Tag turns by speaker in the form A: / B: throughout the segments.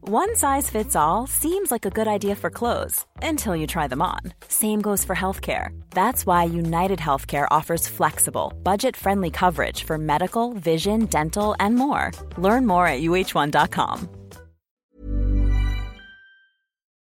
A: One size fits all seems like a good idea for clothes until you try them on. Same goes for healthcare. That's why United Healthcare offers flexible, budget friendly coverage for medical, vision, dental, and more. Learn more at uh1.com.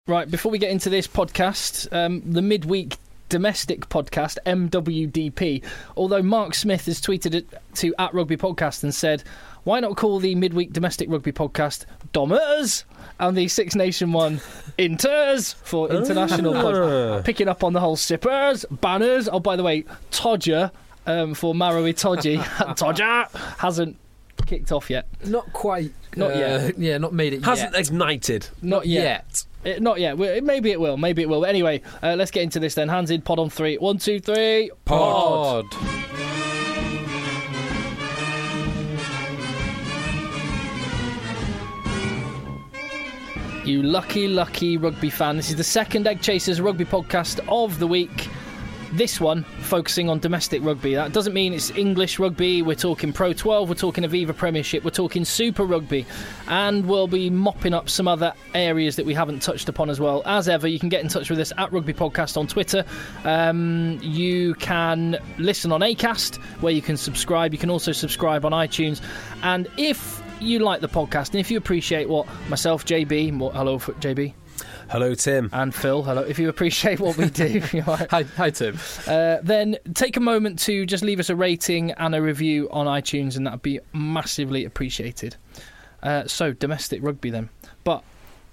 B: Right, before we get into this podcast, um, the midweek domestic podcast, MWDP, although Mark Smith has tweeted it to at Rugby Podcast and said, why not call the midweek domestic rugby podcast Dommers and the Six Nation one Inters for international pod- Picking up on the whole sippers, banners. Oh, by the way, Todger um, for Maroe Todgy. Todger hasn't kicked off yet.
C: Not quite. uh,
B: Not yet.
C: Yeah, not made it
D: Hasn't
C: yet.
D: ignited.
B: Not yet. It- not yet. Well, it- maybe it will. Maybe it will. But anyway, uh, let's get into this then. Hands in pod on three. One, two, three.
E: Pod.
B: You lucky, lucky rugby fan. This is the second Egg Chasers rugby podcast of the week. This one focusing on domestic rugby. That doesn't mean it's English rugby. We're talking Pro 12, we're talking Aviva Premiership, we're talking Super Rugby, and we'll be mopping up some other areas that we haven't touched upon as well. As ever, you can get in touch with us at Rugby Podcast on Twitter. Um, you can listen on ACAST, where you can subscribe. You can also subscribe on iTunes. And if you like the podcast and if you appreciate what myself, JB, more, hello, f- JB,
D: Hello, Tim.
B: and Phil, hello, if you appreciate what we do, you might-
E: Hi, hi, Tim.
B: uh, then take a moment to just leave us a rating and a review on iTunes, and that'd be massively appreciated. Uh, so, domestic rugby then. But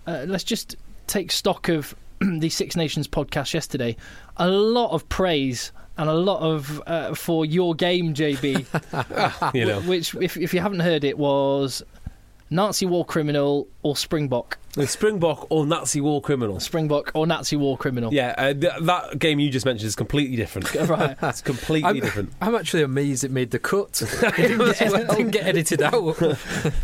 B: uh, let's just take stock of the Six Nations podcast yesterday. A lot of praise and a lot of uh, for your game, JB.
D: you know,
B: Which, if, if you haven't heard it, was Nazi war criminal or Springbok.
D: Springbok or Nazi war criminals.
B: Springbok or Nazi war criminal.
D: Yeah, uh, th- that game you just mentioned is completely different.
B: Right.
D: It's completely
C: I'm,
D: different.
C: I'm actually amazed it made the cut. it didn't get, it didn't get edited out.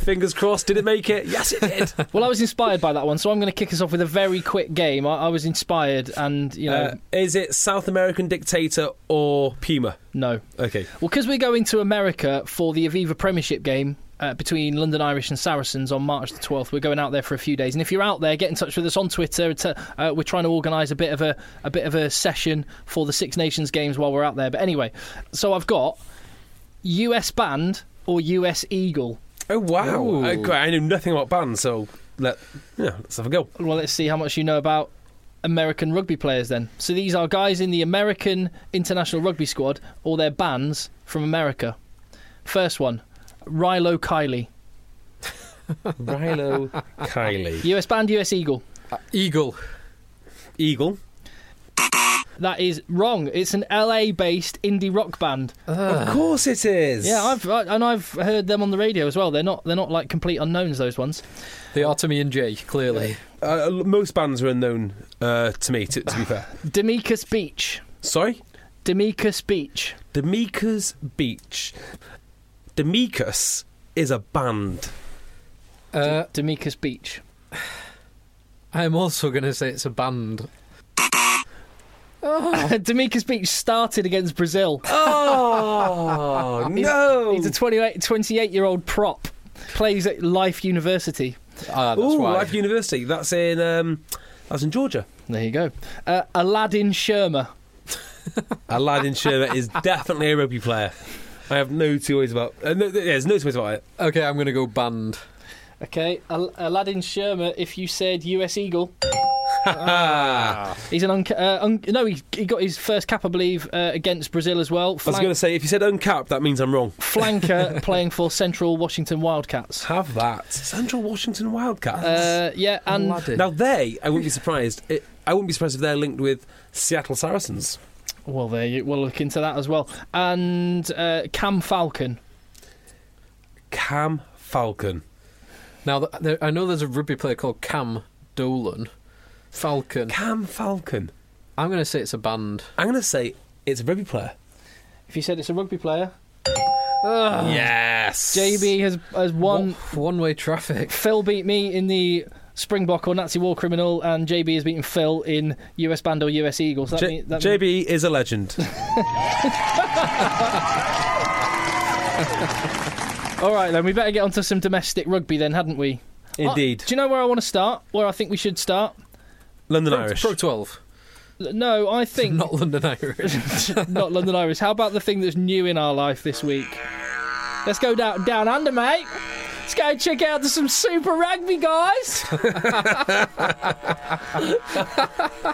D: Fingers crossed. Did it make it? Yes, it did.
B: Well, I was inspired by that one, so I'm going to kick us off with a very quick game. I, I was inspired, and you know,
D: Uh, is it South American dictator or Puma?
B: no.
D: Okay.
B: Well, because we're going to America for the Aviva Premiership game uh, between London Irish and Saracens on March the 12th, we're going out there for a few days. And if you're out there, get in touch with us on Twitter. It's, uh, uh, we're trying to organise a bit of a a bit of a session for the Six Nations games while we're out there. But anyway, so I've got US band or US eagle.
D: Oh wow!
E: Ooh.
D: Uh, great, I knew nothing about bands, so let yeah, let's have a go.
B: Well, let's see how much you know about American rugby players then. So these are guys in the American international rugby squad or their bands from America. First one, Rilo Kiley,
D: Rilo Kiley,
B: US band, US Eagle.
C: Eagle.
D: Eagle.
B: That is wrong. It's an LA-based indie rock band.
D: of course it is.
B: Yeah, I've I, and I've heard them on the radio as well. They're not they're not like complete unknowns. Those ones.
C: They are to me and Jay, clearly.
D: Uh, most bands are unknown uh, to me. To, to be fair,
B: Demicus Beach.
D: sorry,
B: Demicus Beach.
D: D'Amica's Beach. D'Amica's is a band.
C: Uh,
B: Demicus Beach.
C: I'm also going to say it's a band.
B: Demicus Beach started against Brazil.
D: Oh no!
B: He's a 28 28 year old prop. Plays at Life University.
C: Ah, that's
D: Ooh,
C: why.
D: Life University. That's in um, that's in Georgia.
B: There you go. Uh, Aladdin Shermer.
D: Aladdin Shearer is definitely a rugby player. I have no two ways about. Uh, no, yeah, there's no two ways about it.
C: okay, I'm going to go band.
B: Okay, Al- Aladdin Shermer. If you said US Eagle, he's an un- uh, un- no. He, he got his first cap, I believe, uh, against Brazil as well.
D: I was
B: Flank-
D: going to say, if you said uncapped, that means I'm wrong.
B: flanker playing for Central Washington Wildcats.
D: Have that. Central Washington Wildcats.
B: Uh, yeah, and
C: Aladdin.
D: now they, I wouldn't be surprised. It, I wouldn't be surprised if they're linked with Seattle Saracens.
B: well, there you, we'll look into that as well. And uh, Cam Falcon.
D: Cam Falcon.
E: Now, th- there, I know there's a rugby player called Cam Dolan. Falcon.
D: Cam Falcon.
E: I'm going to say it's a band.
D: I'm going to say it's a rugby player.
B: If you said it's a rugby player, Ah.
D: Yes.
B: JB has has won.
E: One way traffic.
B: Phil beat me in the Springbok or Nazi War Criminal, and JB has beaten Phil in US Band or US Eagles. That
D: J-
B: mean- that mean-
D: JB is a legend.
B: All right, then we better get onto some domestic rugby, then, hadn't we?
D: Indeed.
B: Uh, do you know where I want to start? Where I think we should start?
D: London
E: Pro,
D: Irish.
E: Pro 12.
B: L- No, I think
E: Not London Irish.
B: not London Irish. How about the thing that's new in our life this week? Let's go down down under, mate. Let's go check out some Super Rugby, guys.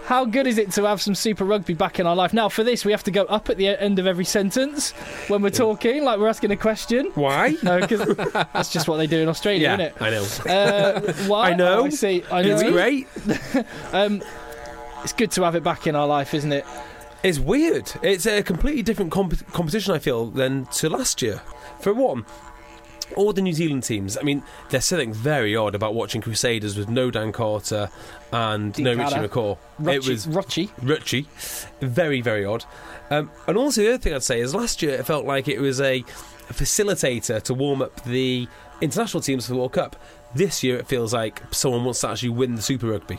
B: How good is it to have some Super Rugby back in our life? Now, for this, we have to go up at the end of every sentence when we're talking, like we're asking a question.
D: Why?
B: No, because that's just what they do in Australia,
D: yeah,
B: isn't it?
D: I know.
B: Uh, why?
D: I know.
B: Oh, I see. I know.
D: It's great.
B: Um, it's good to have it back in our life, isn't it?
D: It's weird. It's a completely different comp- competition, I feel, than to last year. For one, all the New Zealand teams, I mean, they're something very odd about watching Crusaders with no Dan Carter and
B: Dean
D: no
B: Carter.
D: Richie McCaw. It
B: Rochi-
D: was
B: Rochi.
D: Richie. Very, very odd. Um, and also, the other thing I'd say is last year it felt like it was a facilitator to warm up the international teams for the World Cup. This year it feels like someone wants to actually win the Super Rugby.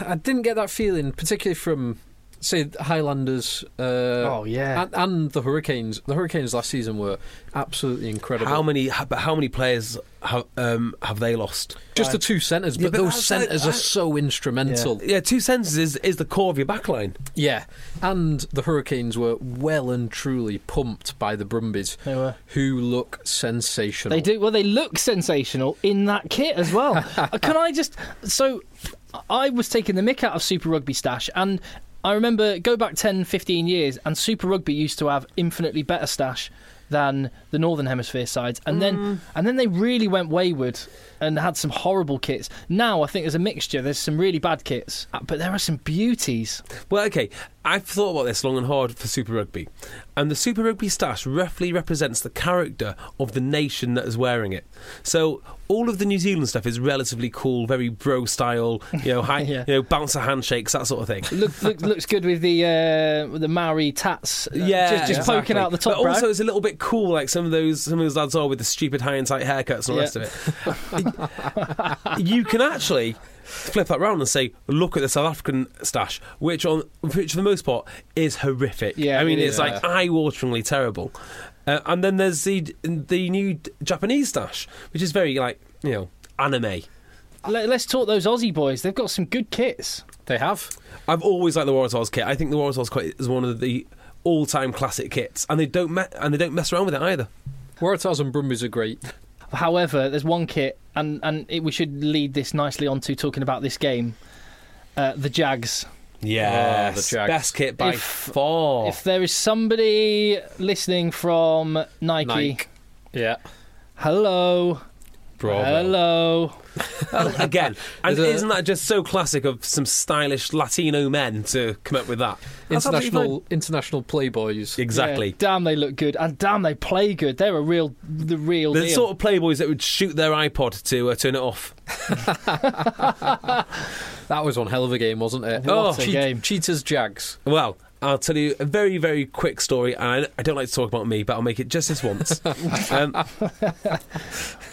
E: I didn't get that feeling, particularly from, say, the Highlanders. Uh,
B: Oh, yeah.
E: And, and the Hurricanes. The Hurricanes last season were absolutely incredible.
D: How many? But how many players have um, have they lost?
E: Just the two centres, but,
D: but
E: those
D: that's like-
E: centres are
D: that-
E: so instrumental.
D: Yeah, two senses is, is the core of your backline.
E: Yeah. and the Hurricanes were well and truly pumped by the Brumbies,
B: They were.
E: who look sensational.
B: They do. Well, they look sensational in that kit as well. Uh, Can I just. So, I was taking the mick out of Super Rugby stash, and I remember go back 10, 15 years, and Super Rugby used to have infinitely better stash than the Northern Hemisphere sides. And then and then they really went wayward and had some horrible kits. Now, I think there's a mixture. There's some really bad kits, uh, but there are some beauties.
D: Well, okay, I've thought about this long and hard for Super Rugby, and the Super Rugby stash roughly represents the character of the nation that is wearing it. So all of the New Zealand stuff is relatively cool, very bro style, you know, high,
B: Yeah.
D: you know, bouncer handshakes, that sort of thing.
B: Look, look looks good with the uh, with the Maori tats. uh,
D: Yeah,
B: just, just poking
D: exactly.
B: out the top.
D: But also,
B: brow.
D: it's a little bit cool, like some of those some of those lads are with the stupid high and tight haircuts and all the
B: Yeah.
D: rest of it. you can actually flip that round and say, "Look at the South African stash," which on which for the most part is horrific.
B: Yeah,
D: I mean,
B: it
D: it's
E: is.
D: like eye-wateringly terrible. Uh, and then there's the the new Japanese stash, which is very like you know anime.
B: Let, let's talk those Aussie boys. They've got some good kits.
E: They have.
D: I've always liked the Waratahs kit. I think the Waratahs kit is one of the all-time classic kits, and they don't me- and they don't mess around with it either.
E: Waratahs and Brumbies are great.
B: However, there's one kit, and and it, we should lead this nicely onto talking about this game. Uh, the Jags.
D: Yes,
E: Oh, the Jags.
D: best kit by
B: If-
E: Oh.
D: far.
B: If there is somebody listening from Nike,
E: Nike. Yeah.
B: hello,
E: Uh,
B: hello.
D: Again, and
E: There's a-
D: isn't that just so classic of some stylish Latino men to come up with that? That's absolutely
E: International international playboys.
D: fine. Exactly.
B: Yeah, damn, they look good, and damn, they play good. They're a real, the real
D: The
B: deal.
D: sort of playboys that would shoot their iPod to uh, turn it off.
E: That was one hell of a game, wasn't it?
B: What a
E: Che-
B: game.
E: Cheetahs Jags.
D: Well, I'll tell you a very, very quick story, and I, I don't like to talk about me, but I'll make it just this once. um,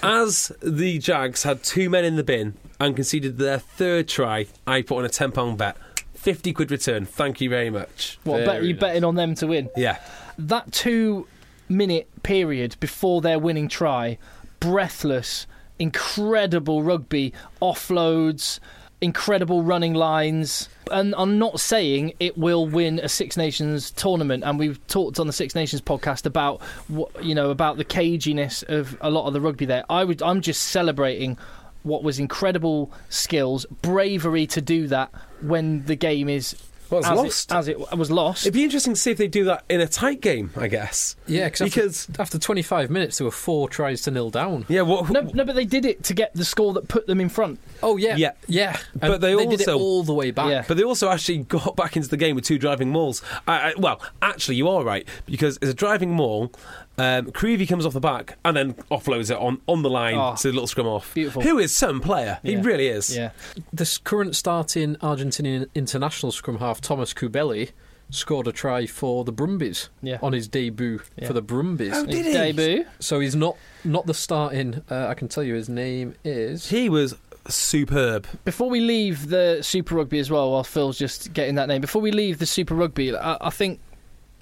D: as the Jags had two men in the bin and conceded their third try, I put on a £10 bet. 50 quid return. Thank you very much.
B: what bet,
E: Very
B: you
E: nice.
B: betting on them to win?
D: Yeah.
B: that two minute period before their winning try, breathless, incredible rugby, offloads, incredible running lines. And I'm not saying it will win a Six Nations tournament. And we've talked on the Six Nations podcast about what you know about the caginess of a lot of the rugby there. I would I'm just celebrating what was incredible skills, bravery to do that when the game is
D: Well, it's
B: as it-
D: lost.
B: as it was lost.
D: It'd be interesting to see if they do that in a tight game, I guess.
E: Yeah, cause
D: Because-
E: after, after 25 minutes, there were four tries to nil down.
D: Yeah, what,
B: No, no, but they did it to get the score that put them in front.
E: Oh yeah,
D: Yeah.
E: yeah. And
D: But they
E: did it
D: also-
E: all the way back.
B: Yeah.
D: but they also actually got back into the game with two driving mauls. I, I, well, actually, you are right, because it's a driving maul Um, Creevy comes off the back and then offloads it on, on the line
B: Oh.
D: to the little scrum off.
B: Beautiful.
D: Who is some player? He
B: Yeah.
D: really is.
B: Yeah.
E: This current starting Argentinian international scrum half Thomas Kubeli scored a try for the Brumbies
B: Yeah.
E: on his debut
B: Yeah.
E: for the Brumbies.
D: Oh, did
B: His
D: he?
B: debut.
E: So he's not not the starting. Uh, I can tell you his name is.
D: He was superb.
B: Before we leave the Super Rugby as well, while Phil's just getting that name, before we leave the Super Rugby, I, I think,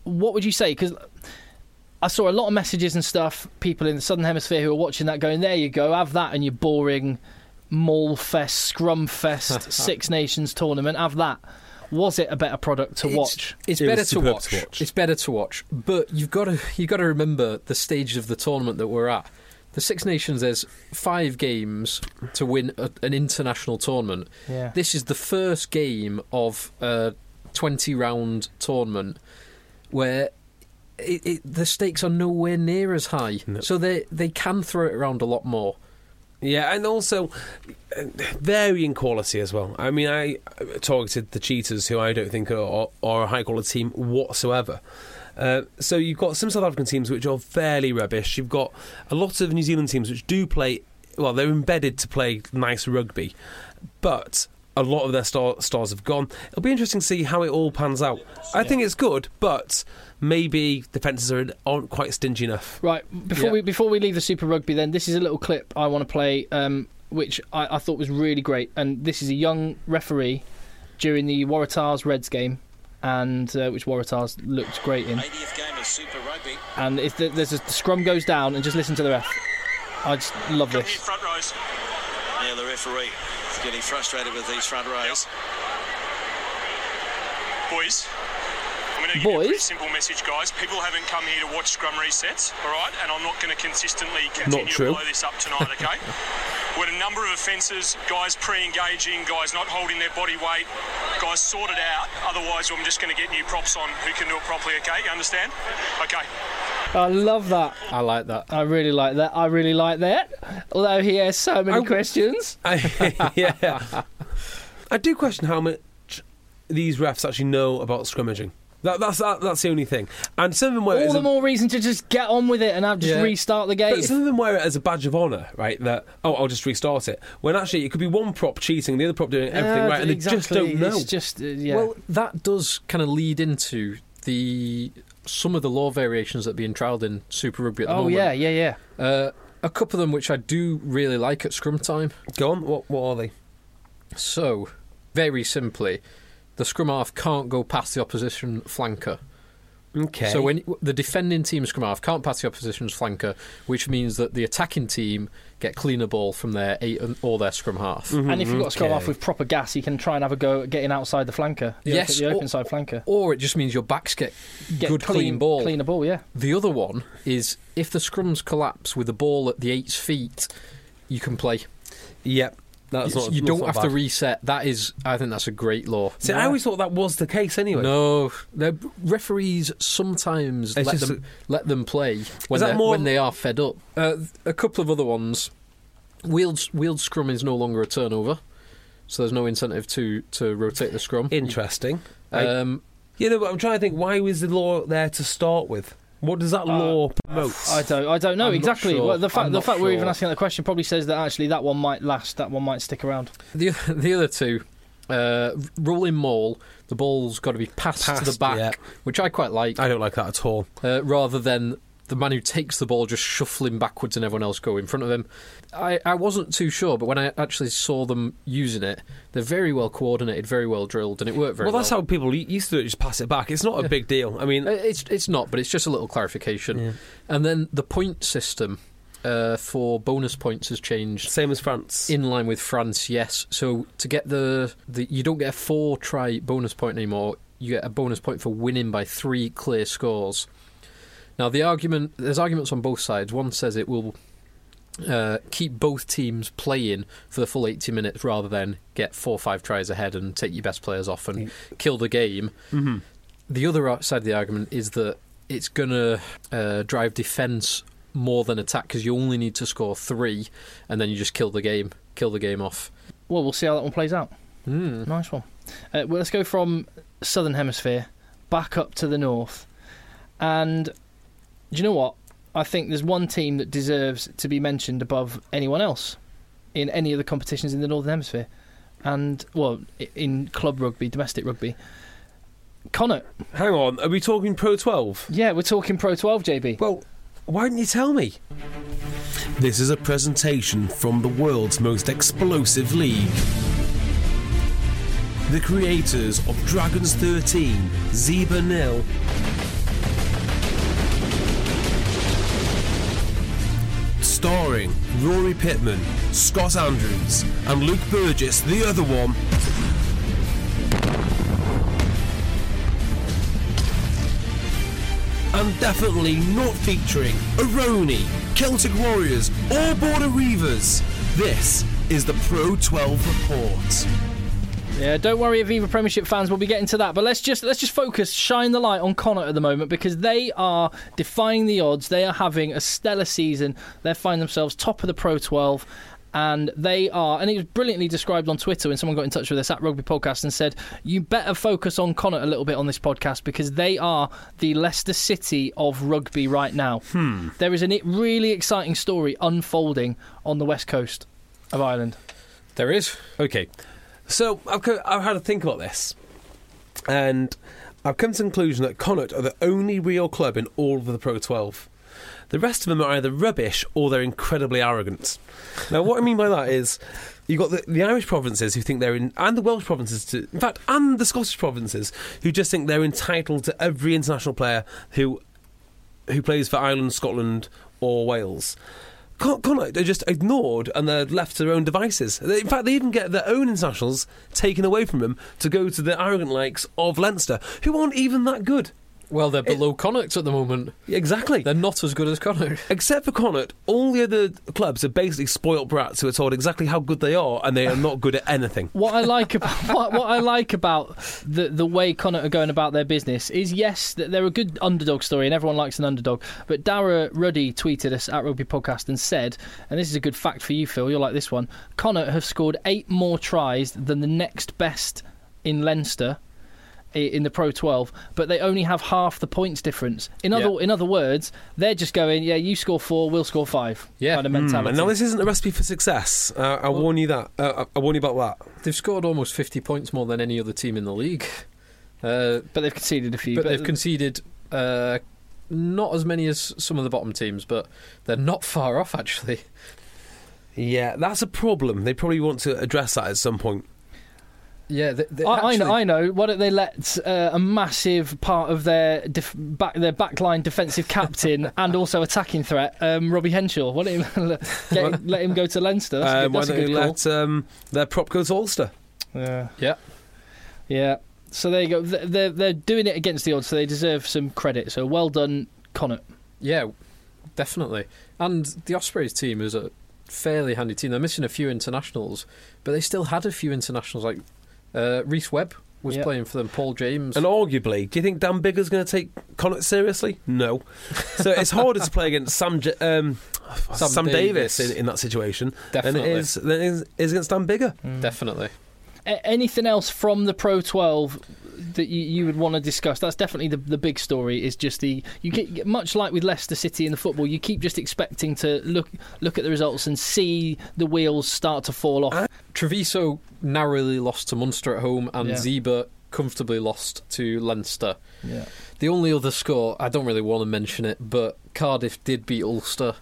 B: what would you say? Because I saw a lot of messages and stuff, people in the Southern Hemisphere who are watching that going, there you go, have that and your boring Maul Fest, Scrum Fest, Six Nations tournament, have that. Was it a better product to
E: It's-
B: watch?
E: It's
D: It was
E: better to
D: superb
E: watch.
D: to watch.
E: It's better to watch. But you've got to you got to remember the stage of the tournament that we're at. The Six Nations. There's five games to win a, an international tournament.
B: Yeah.
E: This is the first game of a 20 round tournament where it, it, the stakes are nowhere near as high. So they, they can throw it around a lot more.
D: Yeah, and also uh, varying quality as well. I mean, I uh, targeted the Cheetahs, who I don't think are, are a high quality team whatsoever. Uh, so you've got some South African teams which are fairly rubbish. You've got a lot of New Zealand teams which do play well. They're embedded to play nice rugby, but a lot of their star, stars have gone. It'll be interesting to see how it all pans out. I think it's good, but maybe the fences are, aren't quite stingy enough.
B: Right before
E: Yeah.
B: we before we leave the Super Rugby, then this is a little clip I want to play, um, which I, I thought was really great. And this is a young referee during the Waratahs Reds game, and uh, which Waratahs looked great in.
F: 80th game of Super Rugby.
B: And it's the, there's a, the scrum goes down, and just listen to the ref. I just love
F: Here,
B: this.
F: front rows. Now the referee is getting frustrated with these front rows.
G: Boys, I'm going to give you a pretty
B: Boys?
G: simple message, guys. People haven't come here to watch scrum resets, all right? And I'm not going to consistently
D: Not
G: continue
D: true.
G: to blow this up tonight, okay? we had a number of offences, guys pre-engaging, guys not holding their body weight, guys sorted out. Otherwise, I'm just going to get new props on who can do it properly, okay? You understand? Okay.
B: I love that.
E: I like that.
B: I really like that. I really like that. Although he has so many questions.
D: I, yeah. I do question how much these refs actually know about scrummaging. That, that's that, that's the only thing. And some of them wear it
B: All
D: as
B: the
D: a-
B: more reason to just get on with it and have just
E: Yeah.
B: restart the game.
D: but some of them wear it as a badge of honour, right? That oh, I'll just restart it. When actually, it could be one prop cheating, the other prop doing everything
B: Uh,
D: right, and they just
B: exactly.
D: don't know.
B: It's just uh, yeah.
E: Well, that does kind of lead into the some of the law variations that are being trialled in Super Rugby at the
B: oh
E: moment.
B: yeah, yeah, yeah.
E: Uh, a couple of them which I do really like at scrum time.
D: Go on, what what are they?
E: So, very simply, the scrum half can't go past the opposition flanker.
D: Okay.
E: So when the defending team scrum half can't pass the opposition's flanker, which means that the attacking team get cleaner ball from their eight and- or their scrum half.
B: And if you've got a scrum
D: Okay.
B: off with proper gas, you can try and have a go at getting outside the flanker. The
E: Yes,
B: open- the open
E: or-
B: side flanker.
E: Or it just means your backs get,
B: Get
E: good clean, ball.
B: Cleaner ball, yeah.
E: The other one is if the scrums collapse with the ball at the eight's feet, you can play.
D: yep, that's
E: you
D: not.
E: you
D: that's
E: don't
D: not
E: have
D: bad.
E: to reset. That is, I think that's a great law.
D: See, I always thought that was the case anyway.
E: No, the referees sometimes
D: It's
E: let
D: just
E: them let them play when
D: that
E: they're-
D: more-
E: when they are fed up. Uh, a couple of other ones. Wheeled wheeled scrum is no longer a turnover, so there's no incentive to to rotate the scrum.
D: Interesting. I-
E: Um,
D: you know, but I'm trying to think. Why was the law there to start with? What does that law promote?
B: I don't. I don't know
E: I'm not
B: exactly.
E: sure.
B: Well, the fact
E: I'm
B: the
E: not
B: fact we're even
E: sure.
B: asking that question probably says that actually that one might last. That one might stick around.
E: the the other two. Uh, rolling maul, the ball's got to be passed, to the
D: Passed,
E: back,
D: yeah.
E: which I quite like,
D: I don't like that at all.
E: uh, rather than the man who takes the ball just shuffling backwards and everyone else go in front of him. I, I wasn't too sure, but when I actually saw them using it, they're very well coordinated, very well drilled, and it worked very
D: Well,
E: well.
D: that's how people u- used to do it, just pass it back. It's not a big deal. I mean,
E: Uh, It's it's not, but it's just a little clarification. And then the point system uh, for bonus points has changed
D: same as France.
E: in line with France. Yes, so to get the, the you don't get a four try bonus point anymore. You get a bonus point for winning by three clear scores. Now the argument there's arguments on both sides. One says it will uh, keep both teams playing for the full 80 minutes rather than get four or five tries ahead and take your best players off and kill the game. The other ar- side of the argument is that it's going to uh, drive defence more than attack because you only need to score three and then you just kill the game, kill the game off.
B: Well, we'll see how that one plays out.
E: Mm.
B: Nice one. Uh, well, let's go from southern hemisphere back up to the north, and do you know what? I think there's one team that deserves to be mentioned above anyone else in any of the competitions in the Northern Hemisphere, and well, i- in club rugby, domestic rugby. Connacht.
D: Hang on, are we talking Pro 12?
B: Yeah, we're talking Pro 12, JB.
D: Well, why didn't you tell me? This is a presentation from the world's most explosive league. The creators of Dragons 13, Zebra Nil, starring Rory Pittman, Scott Andrews, and Luke Burgess, the other one. And definitely not featuring Aroni, Celtic Warriors, or Border Reavers. This is the Pro 12 report.
B: Yeah, don't worry, Aviva Premiership fans. We'll be getting to that, but let's just let's just focus, shine the light on Connacht at the moment because they are defying the odds. They are having a stellar season. They find themselves top of the Pro 12. And they are, and it was brilliantly described on Twitter when someone got in touch with us at Rugby Podcast and said, "You better focus on Connacht a little bit on this podcast because they are the Leicester City of rugby right now. There is a really exciting story unfolding on the west coast of Ireland.
E: There is.
D: Okay, so I've, co- I've had to think about this, and I've come to the conclusion that Connacht are the only real club in all of the Pro 12. The rest of them are either rubbish or they're incredibly arrogant. Now, what I mean by that is, you've got the, the Irish provinces who think they're in, and the Welsh provinces, to, in fact, and the Scottish provinces who just think they're entitled to every international player who who plays for Ireland, Scotland, or Wales. Con- Connacht are just ignored and they're left to their own devices. They- In fact, they even get their own internationals taken away from them to go to the arrogant likes of Leinster, who aren't even that good.
E: Well, they're below Connacht at the moment.
D: Exactly.
E: They're not as good as Connacht.
D: Except for Connacht, all the other clubs are basically spoilt brats who are told exactly how good they are, and they are not good at anything.
B: what I like about what, what I like about the the way Connacht are going about their business is yes, that they're a good underdog story and everyone likes an underdog. But Dara Ruddy tweeted us at Rugby Podcast and said, and this is a good fact for you, Phil. You'll like this one. Connacht have scored eight more tries than the next best in Leinster i- in the Pro 12, but they only have half the points difference. In other
E: Yeah.
B: in other words, they're just going, yeah, you score four, we'll score five.
E: Yeah.
B: kind of
E: Mm,
B: mentality.
D: And Hmm. now this isn't a recipe for success. Uh, I warn you that. Uh, I I warn you about that.
E: They've scored almost 50 points more than any other team in the league. Uh,
B: but they've conceded a few.
E: but they've conceded uh, not as many as some of the bottom teams, but they're not far off, actually.
D: Yeah, that's a problem. They probably want to address that at some point.
E: Yeah, they, they
B: I, I know.
E: actually-
B: I know. Why don't they let uh, a massive part of their def- back their backline defensive captain and also attacking threat, um, Robbie Henshaw? Why don't you get him, let him go to Leinster? That's, a
D: Um,
B: good,
D: why
B: that's a
D: don't you
B: good call.
D: let um, their prop go to Ulster?
B: Yeah.
E: Yeah.
B: Yeah. So there you go. Th- They're they're doing it against the odds, so they deserve some credit. So well done, Connacht.
E: Yeah, definitely. And the Ospreys team is a fairly handy team. They're missing a few internationals, but they still had a few internationals. Like uh, Reese Webb was
B: Yeah.
E: playing for them. Paul James.
D: And arguably, do you think Dan Bigger's going to take Connacht seriously? No. So it's harder to play against Sam J- um, Sam,
E: Sam
D: Davis,
E: Davis.
D: in, in that situation
E: Definitely.
D: than it is than it is, is against Dan Bigger.
E: Definitely.
B: A- anything else from the Pro 12 that you, you would want to discuss? That's definitely the, the big story. Is just the you get much like with Leicester City in the football, you keep just expecting to look look at the results and see the wheels start to fall off.
E: Treviso narrowly lost to Munster at home, and
B: Yeah.
E: Zebra comfortably lost to Leinster.
B: yeah.
E: The only other score, I don't really want to mention it, but Cardiff did beat Ulster.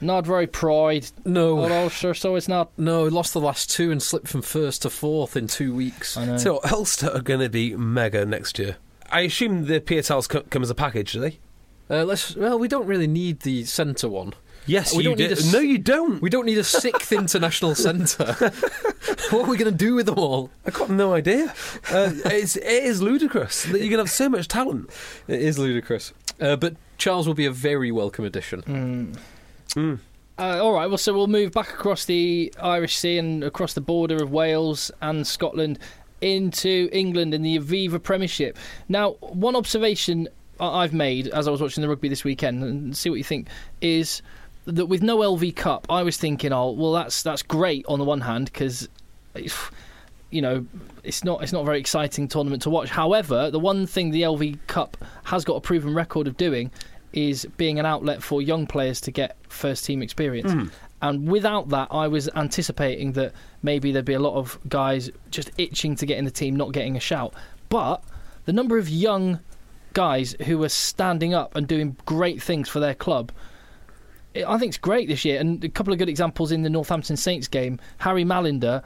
B: Not very pride,
E: No,
B: or Ulster, so it's not.
E: no, lost the last two and slipped from first to fourth in two weeks.
B: I know.
D: So Ulster are going to be mega next year. I assume the Pietel's co- come as a package, do they?
E: Uh, let's. Well, we don't really need the centre one.
D: Yes,
E: We
D: you
E: don't need
D: do.
E: a s-
D: no, you don't.
E: We don't need a sixth international centre. what are we going to do with them all?
D: I got no idea. Uh, it's, it is ludicrous that you're going to have so much talent.
E: It is ludicrous. Uh, but Charles will be a very welcome addition.
B: Hmm. Uh, all right, well, so we'll move back across the Irish Sea and across the border of Wales and Scotland into England in the Aviva Premiership. Now, one observation I- I've made as I was watching the rugby this weekend, and see what you think, is that with no LV Cup, I was thinking, oh, well, that's that's great on the one hand because you know, it's not it's not a very exciting tournament to watch. However, the one thing the LV Cup has got a proven record of doing is being an outlet for young players to get first team experience. And without that, I was anticipating that maybe there'd be a lot of guys just itching to get in the team, not getting a shout. But the number of young guys who are standing up and doing great things for their club. it- I think it's great this year, and a couple of good examples in the Northampton Saints game. Harry Malinder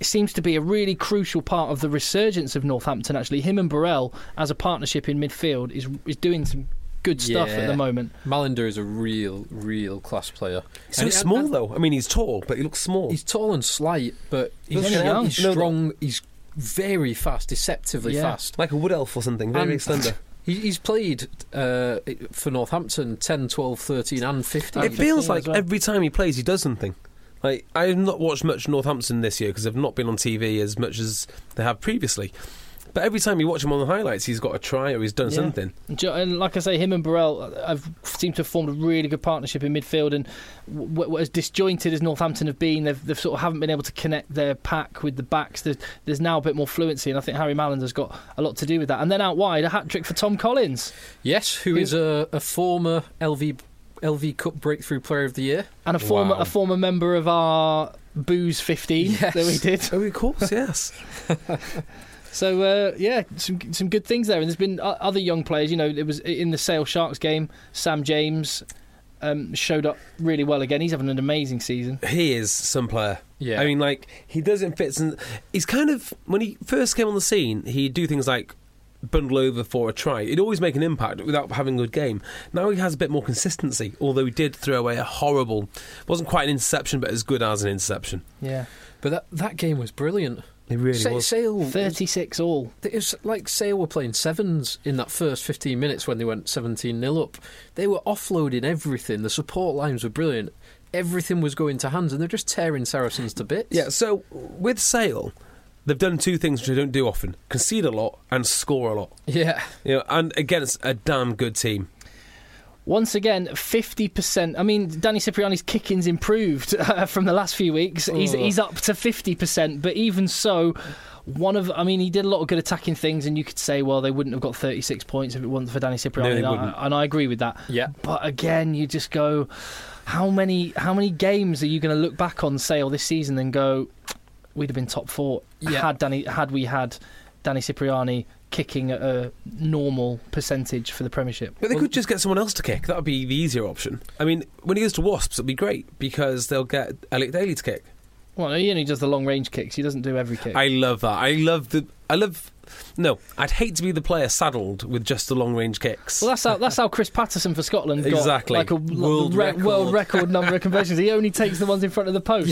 B: seems to be a really crucial part of the resurgence of Northampton. Actually, him and Burrell as a partnership in midfield is is doing some good stuff at
E: Yeah.
B: the moment.
E: Malinder is a real, real class player.
D: He's so
E: And-
D: small,
E: and-
D: though. I mean, he's tall, but he looks small.
E: He's tall and slight, but he's,
B: He's only young.
E: he's
D: No,
E: strong. He's very fast, deceptively
B: Yeah.
E: fast.
D: like a wood elf or something, very, very
E: And-
D: slender.
E: He, he's played uh, for Northampton 10, 12, 13, and 15.
D: It
B: And
D: feels
B: 15
D: like
B: as well.
D: every time he plays, he does something. Like I have not watched much Northampton this year because I've not been on TV as much as they have previously. But every time you watch him on the highlights, he's got a try or he's done
B: Yeah.
D: something.
B: And jo- And like I say, him and Burrell uh, have seem to have formed a really good partnership in midfield. And w- w- as disjointed as Northampton have been, they've, they've sort of haven't been able to connect their pack with the backs. There's, there's now a bit more fluency, and I think Harry Malinder's got a lot to do with that. And then out wide, a hat trick for Tom Collins
E: Yes, who is a, a former LV LV Cup Breakthrough Player of the Year.
B: and a former
D: Wow.
B: a former member of our Booze 15
E: Yes.
B: that we did.
D: Oh, of course, yes.
B: So uh, yeah, some some good things there, and there's been o- other young players. You know, it was in the Sale Sharks game. Sam James um, showed up really well again. He's having an amazing season.
D: he is some player.
E: Yeah.
D: I mean, like he does it in fits, and he's kind of when he first came on the scene, he'd do things like bundle over for a try. He'd always make an impact without having a good game. Now he has a bit more consistency, although he did throw away a horrible, wasn't quite an interception, but as good as an interception.
B: Yeah,
E: But that, that game was brilliant.
D: It really
E: Sa- Sale,
B: thirty six all.
E: it was like Sale were playing sevens in that first 15 minutes when they went 17 nil up. They were offloading everything. The support lines were brilliant. Everything was going to hands, and they're just tearing Saracens to bits.
D: Yeah, so with Sale, they've done two things which they don't do often: concede a lot and score a lot.
E: yeah.
D: You know, and against a damn good team.
B: Once again, fifty percent. I mean, Danny Cipriani's kicking's improved uh, from the last few weeks. He's
E: Oh.
B: he's up to fifty percent, but even so. One of, I mean, he did a lot of good attacking things, and you could say, well, they wouldn't have got 36 points if it wasn't for Danny Cipriani.
D: they
B: and,
D: wouldn't.
B: I, and I agree with that.
E: Yeah.
B: But again, you just go, how many how many games are you going to look back on Sale this season and go, we'd have been top four
E: Yeah.
B: had Danny had we had Danny Cipriani kicking at a normal percentage for the Premiership.
D: But they could just get someone else to kick. That would be the easier option. I mean, when he goes to Wasps, it'll be great because they'll get Elliot Daly to kick.
B: Well, he only does the long range kicks. He doesn't do every kick.
D: I love that. I love the. I love. No, I'd hate to be the player saddled with just the long range kicks.
B: well, that's how that's how Chris Patterson for Scotland got
D: Exactly.
B: like a
E: World
B: re-
E: record.
B: world record number of conversions. He only takes the ones in front of the post.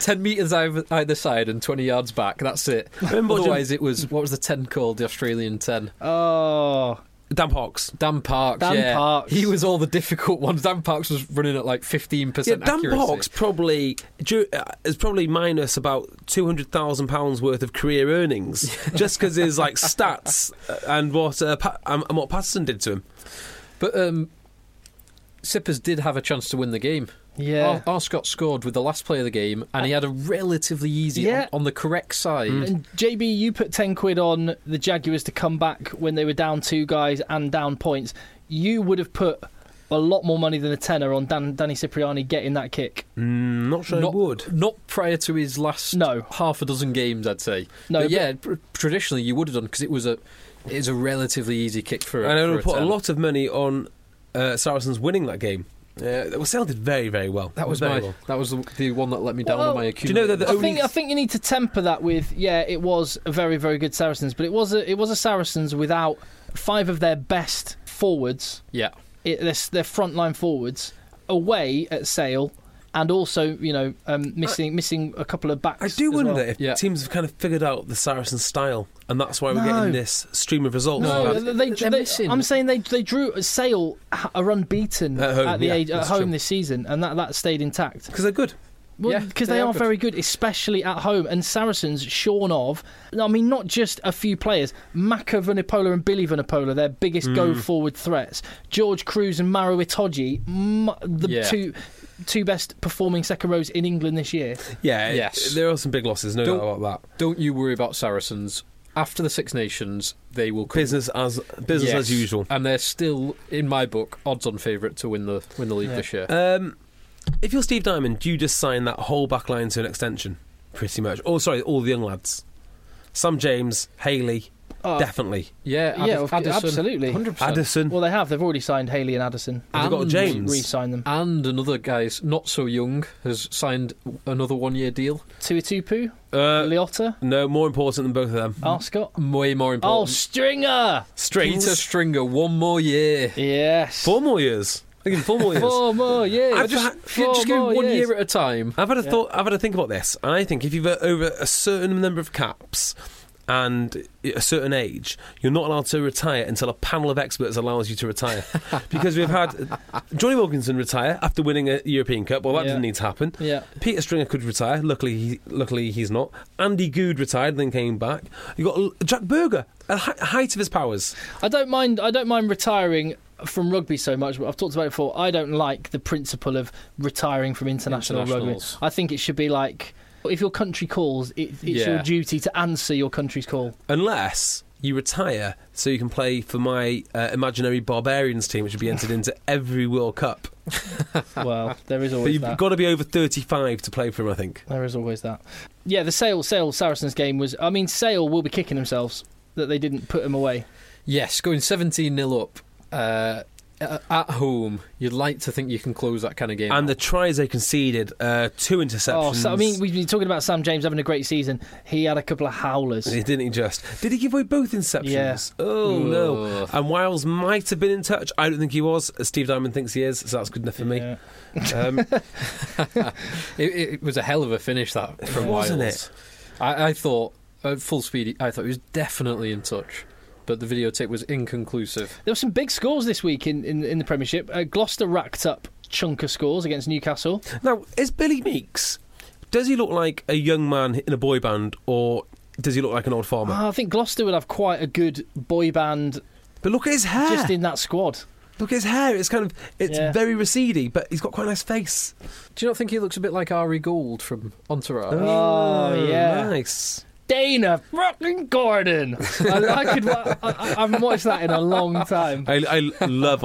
E: 10 metres either, either side and 20 yards back. That's it.
D: Remember watching-
E: Otherwise, it was what was the 10 called? The Australian 10.
B: Oh,
D: Dan Parks.
E: Dan Parks.
B: Dan
E: yeah.
B: Parks.
E: He was all the difficult ones. Dan Parks was running at like 15%
D: Yeah, Dan
E: accuracy.
D: Parks probably du- uh, is probably minus about two hundred thousand pounds worth of career earnings just because his like stats and what uh, pa- and and what Patterson did to him.
E: But um, Sippers did have a chance to win the game.
B: yeah.
E: Ar- Arscott scored with the last play of the game, and he had a relatively easy
B: Yeah. Mm.
E: on, on the correct side.
B: And JB, you put 10 quid on the Jaguars to come back when they were down two guys and down points. You would have put a lot more money than a tenner on Dan, Danny Cipriani getting that kick.
D: Mm, not sure
E: not,
D: I would.
E: not prior to his last
B: No.
E: half a dozen games, I'd say.
B: No,
E: but,
B: but-
E: yeah, pr- traditionally you would have done because it was a it is a relatively easy kick for.
D: And I
E: for
D: would put a
E: ten.
D: lot of money on uh, Saracens winning that game. Uh, well, Sale did very very well.
E: That was
D: very
E: my
D: well.
E: that was the, the one that let me down
B: Well,
E: on my
D: you know that the
B: I
E: accumulated.
D: only-
B: think I think you need to temper that with yeah, it was a very very good Saracens, but it was a it was a Saracens without five of their best forwards,
E: Yeah,
B: it, their, their frontline forwards away at Sale, and also you know um, missing missing a couple of backs.
D: I do
B: as
D: wonder
B: well.
D: if
E: Yeah.
D: teams have kind of figured out the Saracen style, and that's why we're
B: No.
D: getting this stream of results.
B: No,
E: No,
B: they,
E: they're
B: they-
E: missing.
B: I'm saying they they drew Sale are unbeaten
D: At
B: at,
D: home,
B: the
D: yeah,
B: age at
D: that's
B: home
D: true.
B: this season, and that, that stayed intact.
D: Because they're good.
B: Well,
E: Yeah,
B: because
E: they
B: they,
E: are
B: are
E: good.
B: very good, especially at home. And Saracens, shorn of, I mean, not just a few players. Maka Vunipola and Billy Vunipola, their biggest
E: Mm.
B: go forward threats. George Cruz and Maro Itoji, m- the
E: Yeah.
B: two two best performing second rows in England this year.
D: Yeah,
E: Yes.
D: there are some big losses, no
E: Don't-
D: doubt about that.
E: don't you worry about Saracens. after the Six Nations, they will come
D: Business as business
E: Yes.
D: as usual.
E: and they're still, in my book, odds-on favourite to win the win the league
B: Yeah.
E: this year.
D: Um, if you're Steve Diamond, do you just sign that whole back line to an extension? Pretty much. Oh, sorry, all the young lads. Sam James, Haley,
B: Oh,
D: definitely.
E: yeah,
B: yeah, of- absolutely.
E: hundred percent.
D: Addison.
B: Well, they have. They've already signed Haley and Addison.
D: Have they got
B: And
D: James?
B: Re-signed them.
E: And another guy's not so young has signed another one-year deal.
B: Tuitupu,
D: Uh,
E: mm.
B: Leotta,
D: no, more important than both of them.
B: Arscott.
E: Way more
B: Oh,
E: important.
B: Stringer!
D: Straight.
E: Peter Stringer, one more year.
B: Yes.
D: Four more years. I think four more years.
B: Four more years.
D: I've
E: Just,
D: had-
E: if
B: four
E: you just go
B: more
E: one
B: years.
E: year at a time.
D: I've had a thought. I've had a think about this, and I think if you've uh, over a certain number of caps and a certain age, you're not allowed to retire until a panel of experts allows you to retire. because we've had Johnny Wilkinson retire after winning a European Cup. Well, that
B: Yeah.
D: didn't need to happen.
B: Yeah.
D: Peter Stringer could retire. Luckily, he, luckily he's not. Andy Good retired, then came back. You got L- Jack Berger, at hi- height of his powers.
B: I don't mind. I don't mind retiring from rugby so much. But I've talked about it before. I don't like the principle of retiring from international rugby.
E: Internationals.
B: I think it should be like if your country calls, it, it's your
E: Yeah.
B: duty to answer your country's call.
D: unless you retire so you can play for my uh, imaginary barbarians team which would be entered into every world cup
B: well, there is
D: but
B: always
D: you've
B: that.
D: got to be over 35 to play for him i think
B: there is always that. Yeah, the Sale Sale Saracens game was. I mean, Sale will be kicking themselves that they didn't put them away.
E: Yes, going 17 0 up uh, a- at home, you'd like to think you can close that kind of game.
D: and the
E: out.
D: tries they conceded uh, two interceptions
B: Oh, so, I mean, we've been talking about Sam James having a great season. He had a couple of howlers.
D: He didn't he just did he give away both interceptions
B: Yeah.
D: oh no
E: Ugh.
D: and Wiles might have been in touch I don't think he was Steve Diamond thinks he is so that's good enough for me
B: Yeah.
D: um,
E: it, it, it was a hell of a finish that from
D: Wasn't
E: Wiles.
D: it?
E: I, I thought at full speed, I thought he was definitely in touch, but the videotape was inconclusive.
B: There were some big scores this week in, in, in the Premiership. Uh, Gloucester racked up chunk of scores against Newcastle.
D: now is Billy Meeks does he look like a young man in a boy band or does he look like an old farmer
B: Ah, I think Gloucester would have quite a good boy band
D: but look at his hair
B: just in that squad.
D: Look at his hair. It's kind of it's
B: Yeah.
D: very recedy, but he's got quite a nice face.
E: Do you not think he looks a bit like Ari Gold from Entourage?
B: Oh, yeah.
D: nice.
B: Dana fucking Gordon. I, I could. wa- I, I haven't watched that in a long time.
D: I, I love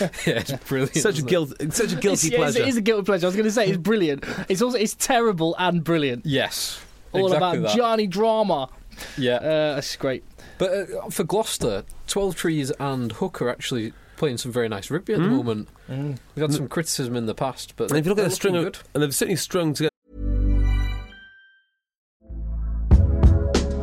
E: yeah, it's brilliant.
D: such a
E: isn't it?
D: guilt, such a
B: It's-
D: guilty
B: yeah, it's-
D: pleasure.
B: It is a guilty pleasure. I was going to say it's brilliant. It's also it's terrible and brilliant.
E: Yes.
B: All
E: exactly
B: about
E: that.
B: Johnny drama.
E: Yeah.
B: Uh, that's great.
E: But uh, for Gloucester, 12 Trees and Hook are actually playing some very nice rugby at the moment. We've had some criticism in the past, but
D: Hmm? and if you look at
E: they're
D: the string,
E: looking
D: of, and they've certainly strung together.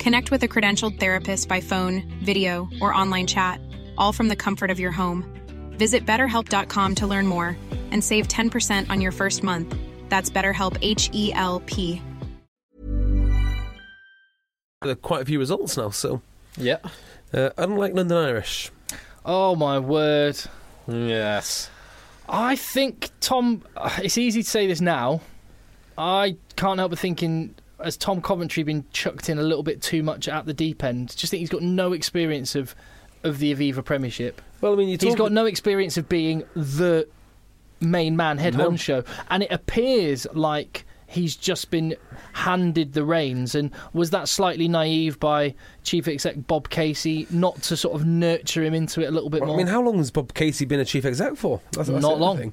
H: Connect with a credentialed therapist by phone, video, or online chat, all from the comfort of your home. Visit betterhelp.com to learn more and save 10% on your first month. That's BetterHelp H E L P.
D: There are quite a few results now. So
E: good. Yeah.
D: uh, unlike London Irish,
B: Oh my word.
E: Yes.
B: I think Tom. uh, It's easy to say this now. I can't help but thinking has Tom Coventry been chucked in a little bit too much at the deep end? Just think he's got no experience of of the Aviva Premiership.
D: well, I mean, you
B: He's got no experience of being the main man head
D: No.
B: honcho, and it appears like he's just been handed the reins. And was that slightly naive by Chief Exec Bob Casey not to sort of nurture him into it a little bit
D: Well,
B: more?
D: I mean, how long has Bob Casey been a chief exec for? That's,
B: Not
D: that's the other
B: long.
D: thing.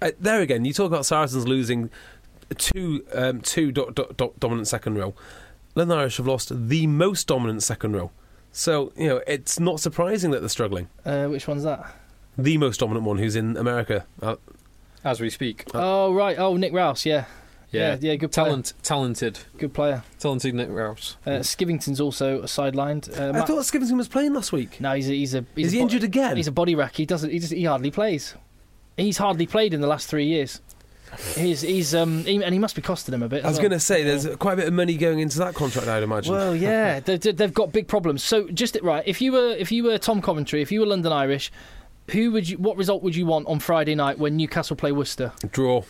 D: Uh, there again, you talk about Saracens losing two um, two dot, dot, dot dominant second row. London Irish have lost the most dominant second row So, you know, it's not surprising that they're struggling.
B: Uh, which one's that?
D: The most dominant one who's in America. Uh,
E: as we speak.
B: Oh right. Oh Nick Rouse. Yeah. Yeah. Yeah. good player.
E: Talent, talented,
B: Good player.
E: talented Nick Rouse.
B: Uh, Skivington's also sidelined. Uh,
D: I
B: Matt-
D: thought Skivington was playing last week.
B: no, he's a, he's a he's
D: Is
B: a
D: he
B: bo-
D: injured again?
B: He's a body rack. He doesn't. He just. He hardly plays. He's hardly played in the last three years. He's he's um he, and he must be costing them a bit.
D: I was
B: going
D: going to say, there's quite a bit of money going into that contract, I'd imagine.
B: Well, yeah, they've, they've got big problems. So just right, if you were if you were Tom Coventry, if you were London Irish, who would you? What result would you want on Friday night when Newcastle play Worcester?
D: draw.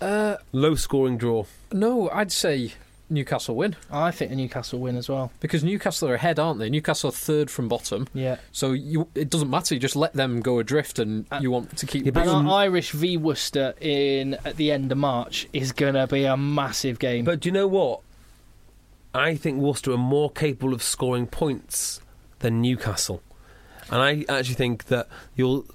E: Uh,
D: Low scoring draw.
E: no, I'd say Newcastle win
B: I think a Newcastle win as well.
E: because Newcastle are ahead, aren't they? Newcastle are third from bottom.
B: Yeah.
E: So you, it doesn't matter. You just let them go adrift, and you want to keep.
D: Uh, Yeah, but-
B: And our Irish v Worcester in at the end of March is gonna be a massive game.
D: But do you know what? I think Worcester are more capable of scoring points than Newcastle. And I actually think that you'll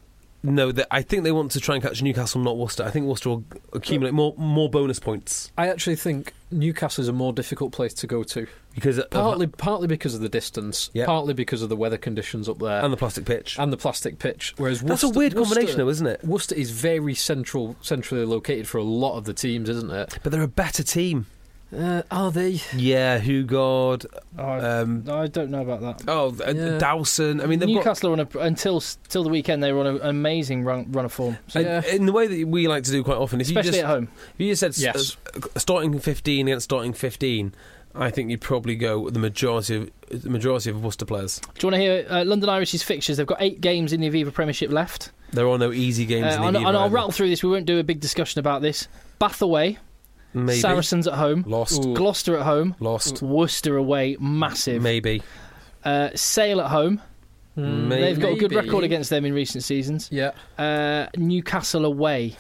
D: know that I think they want to try and catch Newcastle, not Worcester. I think Worcester will accumulate more, more bonus points
E: I actually think Newcastle is a more difficult place to go to,
D: because of-
E: partly partly because of the distance,
D: Yeah.
E: partly because of the weather conditions up there,
D: and the plastic pitch.
E: and the plastic pitch. Whereas
D: That's a
E: Worcester-
D: weird combination,
E: Worcester-
D: though, isn't it?
E: Worcester is very central, centrally located for a lot of the teams, isn't it?
D: But they're a better team.
E: Uh, are they?
D: Yeah, Hugard.
B: Oh, I-
D: Um,
B: I don't know about that.
D: oh, uh,
E: Yeah.
D: Dowson. I mean, they've got.
B: Newcastle are on a, until till the weekend they were on a, an amazing run, run of form, so,
E: Yeah.
D: In the way that we like to do quite often, if
B: especially
D: Uh, you just
B: at home.
D: If you just said
E: Yes.
D: yes. starting 15 against starting 15, I think you'd probably go with the majority of the majority of Worcester players.
B: Do you want to hear uh, London Irish's fixtures? They've got eight games in the Aviva Premiership left.
D: There are no easy
B: Uh,
D: games. in the
B: and,
D: league
B: and I'll
D: either.
B: rattle through this. We won't do a big discussion about this. Bath away,
D: Maybe
B: Saracens at home,
D: lost,
E: Ooh.
B: Gloucester at home,
D: lost.
B: Worcester away, massive.
D: Maybe
B: Uh, Sale at home.
D: Maybe.
B: They've got a good
E: Maybe.
B: record against them in recent seasons.
E: Yeah,
B: Uh, Newcastle away,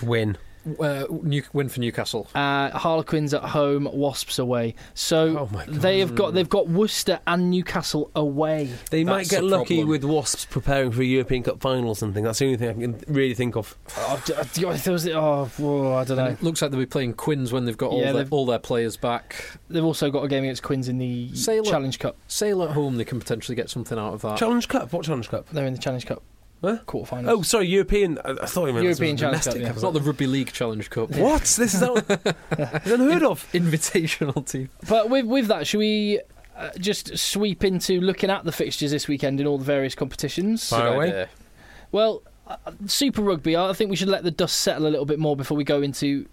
D: win.
E: uh, New- win for Newcastle.
B: uh, Harlequins at home, Wasps away. So
D: Oh my God.
B: they have got they've got Worcester and Newcastle away.
D: They
E: That's
D: might get
E: the
D: lucky
E: problem.
D: with Wasps preparing for a European Cup final or something. That's the only thing I can really think of.
B: Oh, d- d- if there was- oh, whoa, I don't know.
E: It looks like they'll be playing Quins when they've got all,
B: Yeah,
E: their,
B: they've-
E: all their players back.
B: They've also got a game against Quins in the
E: Sale-
B: Challenge Cup.
E: Sale at home, they can potentially get something out of that.
D: Challenge Cup? What Challenge Cup?
B: They're in the Challenge Cup
D: Huh?
B: quarterfinals.
D: Oh, sorry, European. I, I thought you meant
B: European
D: that was
B: Challenge Cup,
D: domestic
B: yeah.
D: cup.
E: it's not the Rugby League Challenge Cup.
D: What? This is not, unheard of.
E: Invitational team.
B: But with with that, should we uh, just sweep into looking at the fixtures this weekend in all the various competitions?
D: Fire
E: Good
D: away.
E: idea.
B: Well, uh, Super Rugby. I think we should let the dust settle a little bit more before we go into,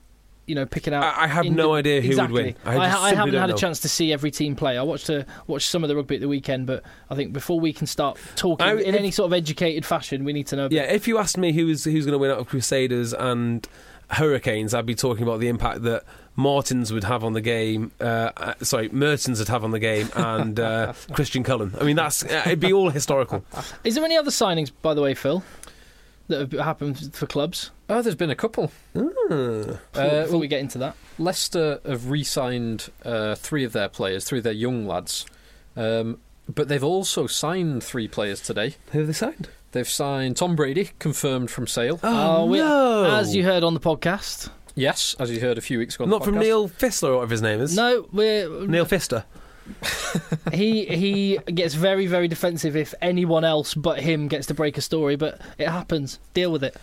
B: you know, picking out.
D: I, I have
B: indi-
D: no idea who
B: exactly.
D: would win.
B: I,
D: just
B: ha- I
D: simply
B: haven't
D: don't
B: had
D: know.
B: a chance to see every team play. I watched a, watched some of the rugby at the weekend, but I think before we can start talking
D: I-
B: in
D: if-
B: any sort of educated fashion, we need to know. a bit.
D: Yeah, if you asked me who is who's going to win out of Crusaders and Hurricanes, I'd be talking about the impact that Martins would have on the game. Uh, uh, sorry, Mertens would have on the game, and uh, Christian Cullen. I mean, that's uh, it'd be all historical.
B: Is there any other signings, by the way, Phil, that have happened for clubs?
E: Oh, there's been a couple.
B: Before,
E: Uh,
B: before
E: well,
B: we get into that,
E: Leicester have re signed uh, three of their players, three of their young lads. Um, but they've also signed three players today.
D: Who have they signed?
E: They've signed Tom Brady, confirmed from Sale. Ah,
D: Oh,
B: Uh, we-
D: no!
B: as you heard on the podcast.
E: Yes, as you heard a few weeks ago. On
D: not
E: the
D: from
E: podcast.
D: Neil Fistler or whatever his name is.
B: No, we're
D: Neil Fister.
B: he he gets very very defensive if anyone else but him gets to break a story but it happens deal with it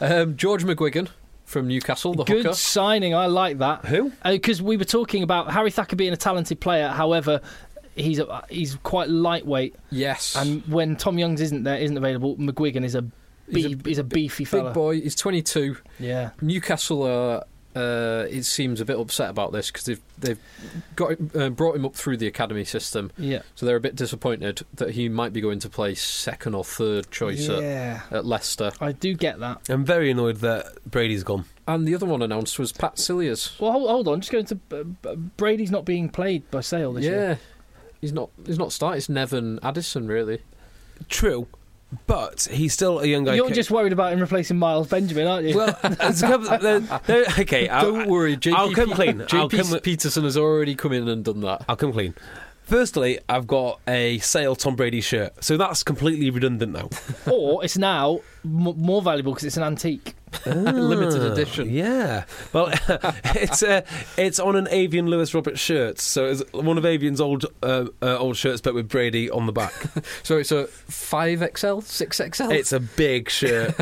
E: Um, George McGuigan from Newcastle, the
B: good
E: hooker.
B: signing i like that
D: Who?
B: because we were talking about harry thacker being a talented player however he's a, he's quite lightweight
E: Yes.
B: and when tom youngs isn't there isn't available mcguigan is a
E: He's a
B: bee, he's a beefy fella
E: Big boy, he's 22.
B: yeah
E: Newcastle are. Uh, it seems a bit upset about this because they've they've got uh, brought him up through the academy system,
B: yeah
E: so they're a bit disappointed that he might be going to play second or third choice
B: yeah
E: at, at Leicester.
B: i do get that
D: I'm very annoyed that Brady's gone.
E: And the other one announced was Pat Silliers.
B: well hold, hold on just going to uh, uh, brady's not being played by sale this
E: yeah,
B: year
E: he's not he's not starting. It's Nevin Addison really.
D: True, but he's still a young guy.
B: you're
D: ca-
B: just worried about him replacing miles benjamin aren't you
D: well. there's a couple, there, there- okay, I'll-
E: Don't worry, JP,
D: I'll come clean.
E: JP
D: I'll come-
E: Peterson has already come in and done that.
D: I'll come clean. Firstly, I've got a sale Tom Brady shirt, so that's completely redundant now.
B: or it's now m- more valuable because it's an antique.
E: Limited edition.
D: Yeah. Well, it's uh, it's on an Avian Lewis Roberts shirt. So it's one of Avian's old uh, uh, old shirts, but with Brady on the back.
E: So it's a 5XL, 6XL?
D: it's a big shirt.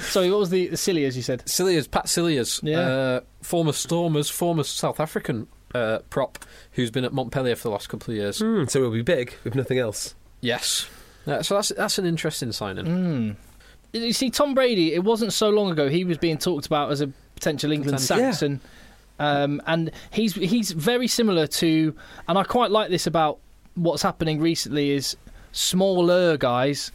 B: Sorry, what was the, the silly as you said?
E: Silliers, Pat Silliers,
B: Yeah.
E: uh, former Stormers, former South African uh, prop who's been at Montpellier for the last couple of years.
D: Hmm, so it'll be big, if nothing else.
E: Yes. Uh, so that's that's an interesting signing.
B: Hmm. You see, Tom Brady. It wasn't so long ago he was being talked about as a potential England
E: Potential.
D: Yeah.
B: Saxon, um, and he's he's very similar to. And I quite like this about what's happening recently is smaller guys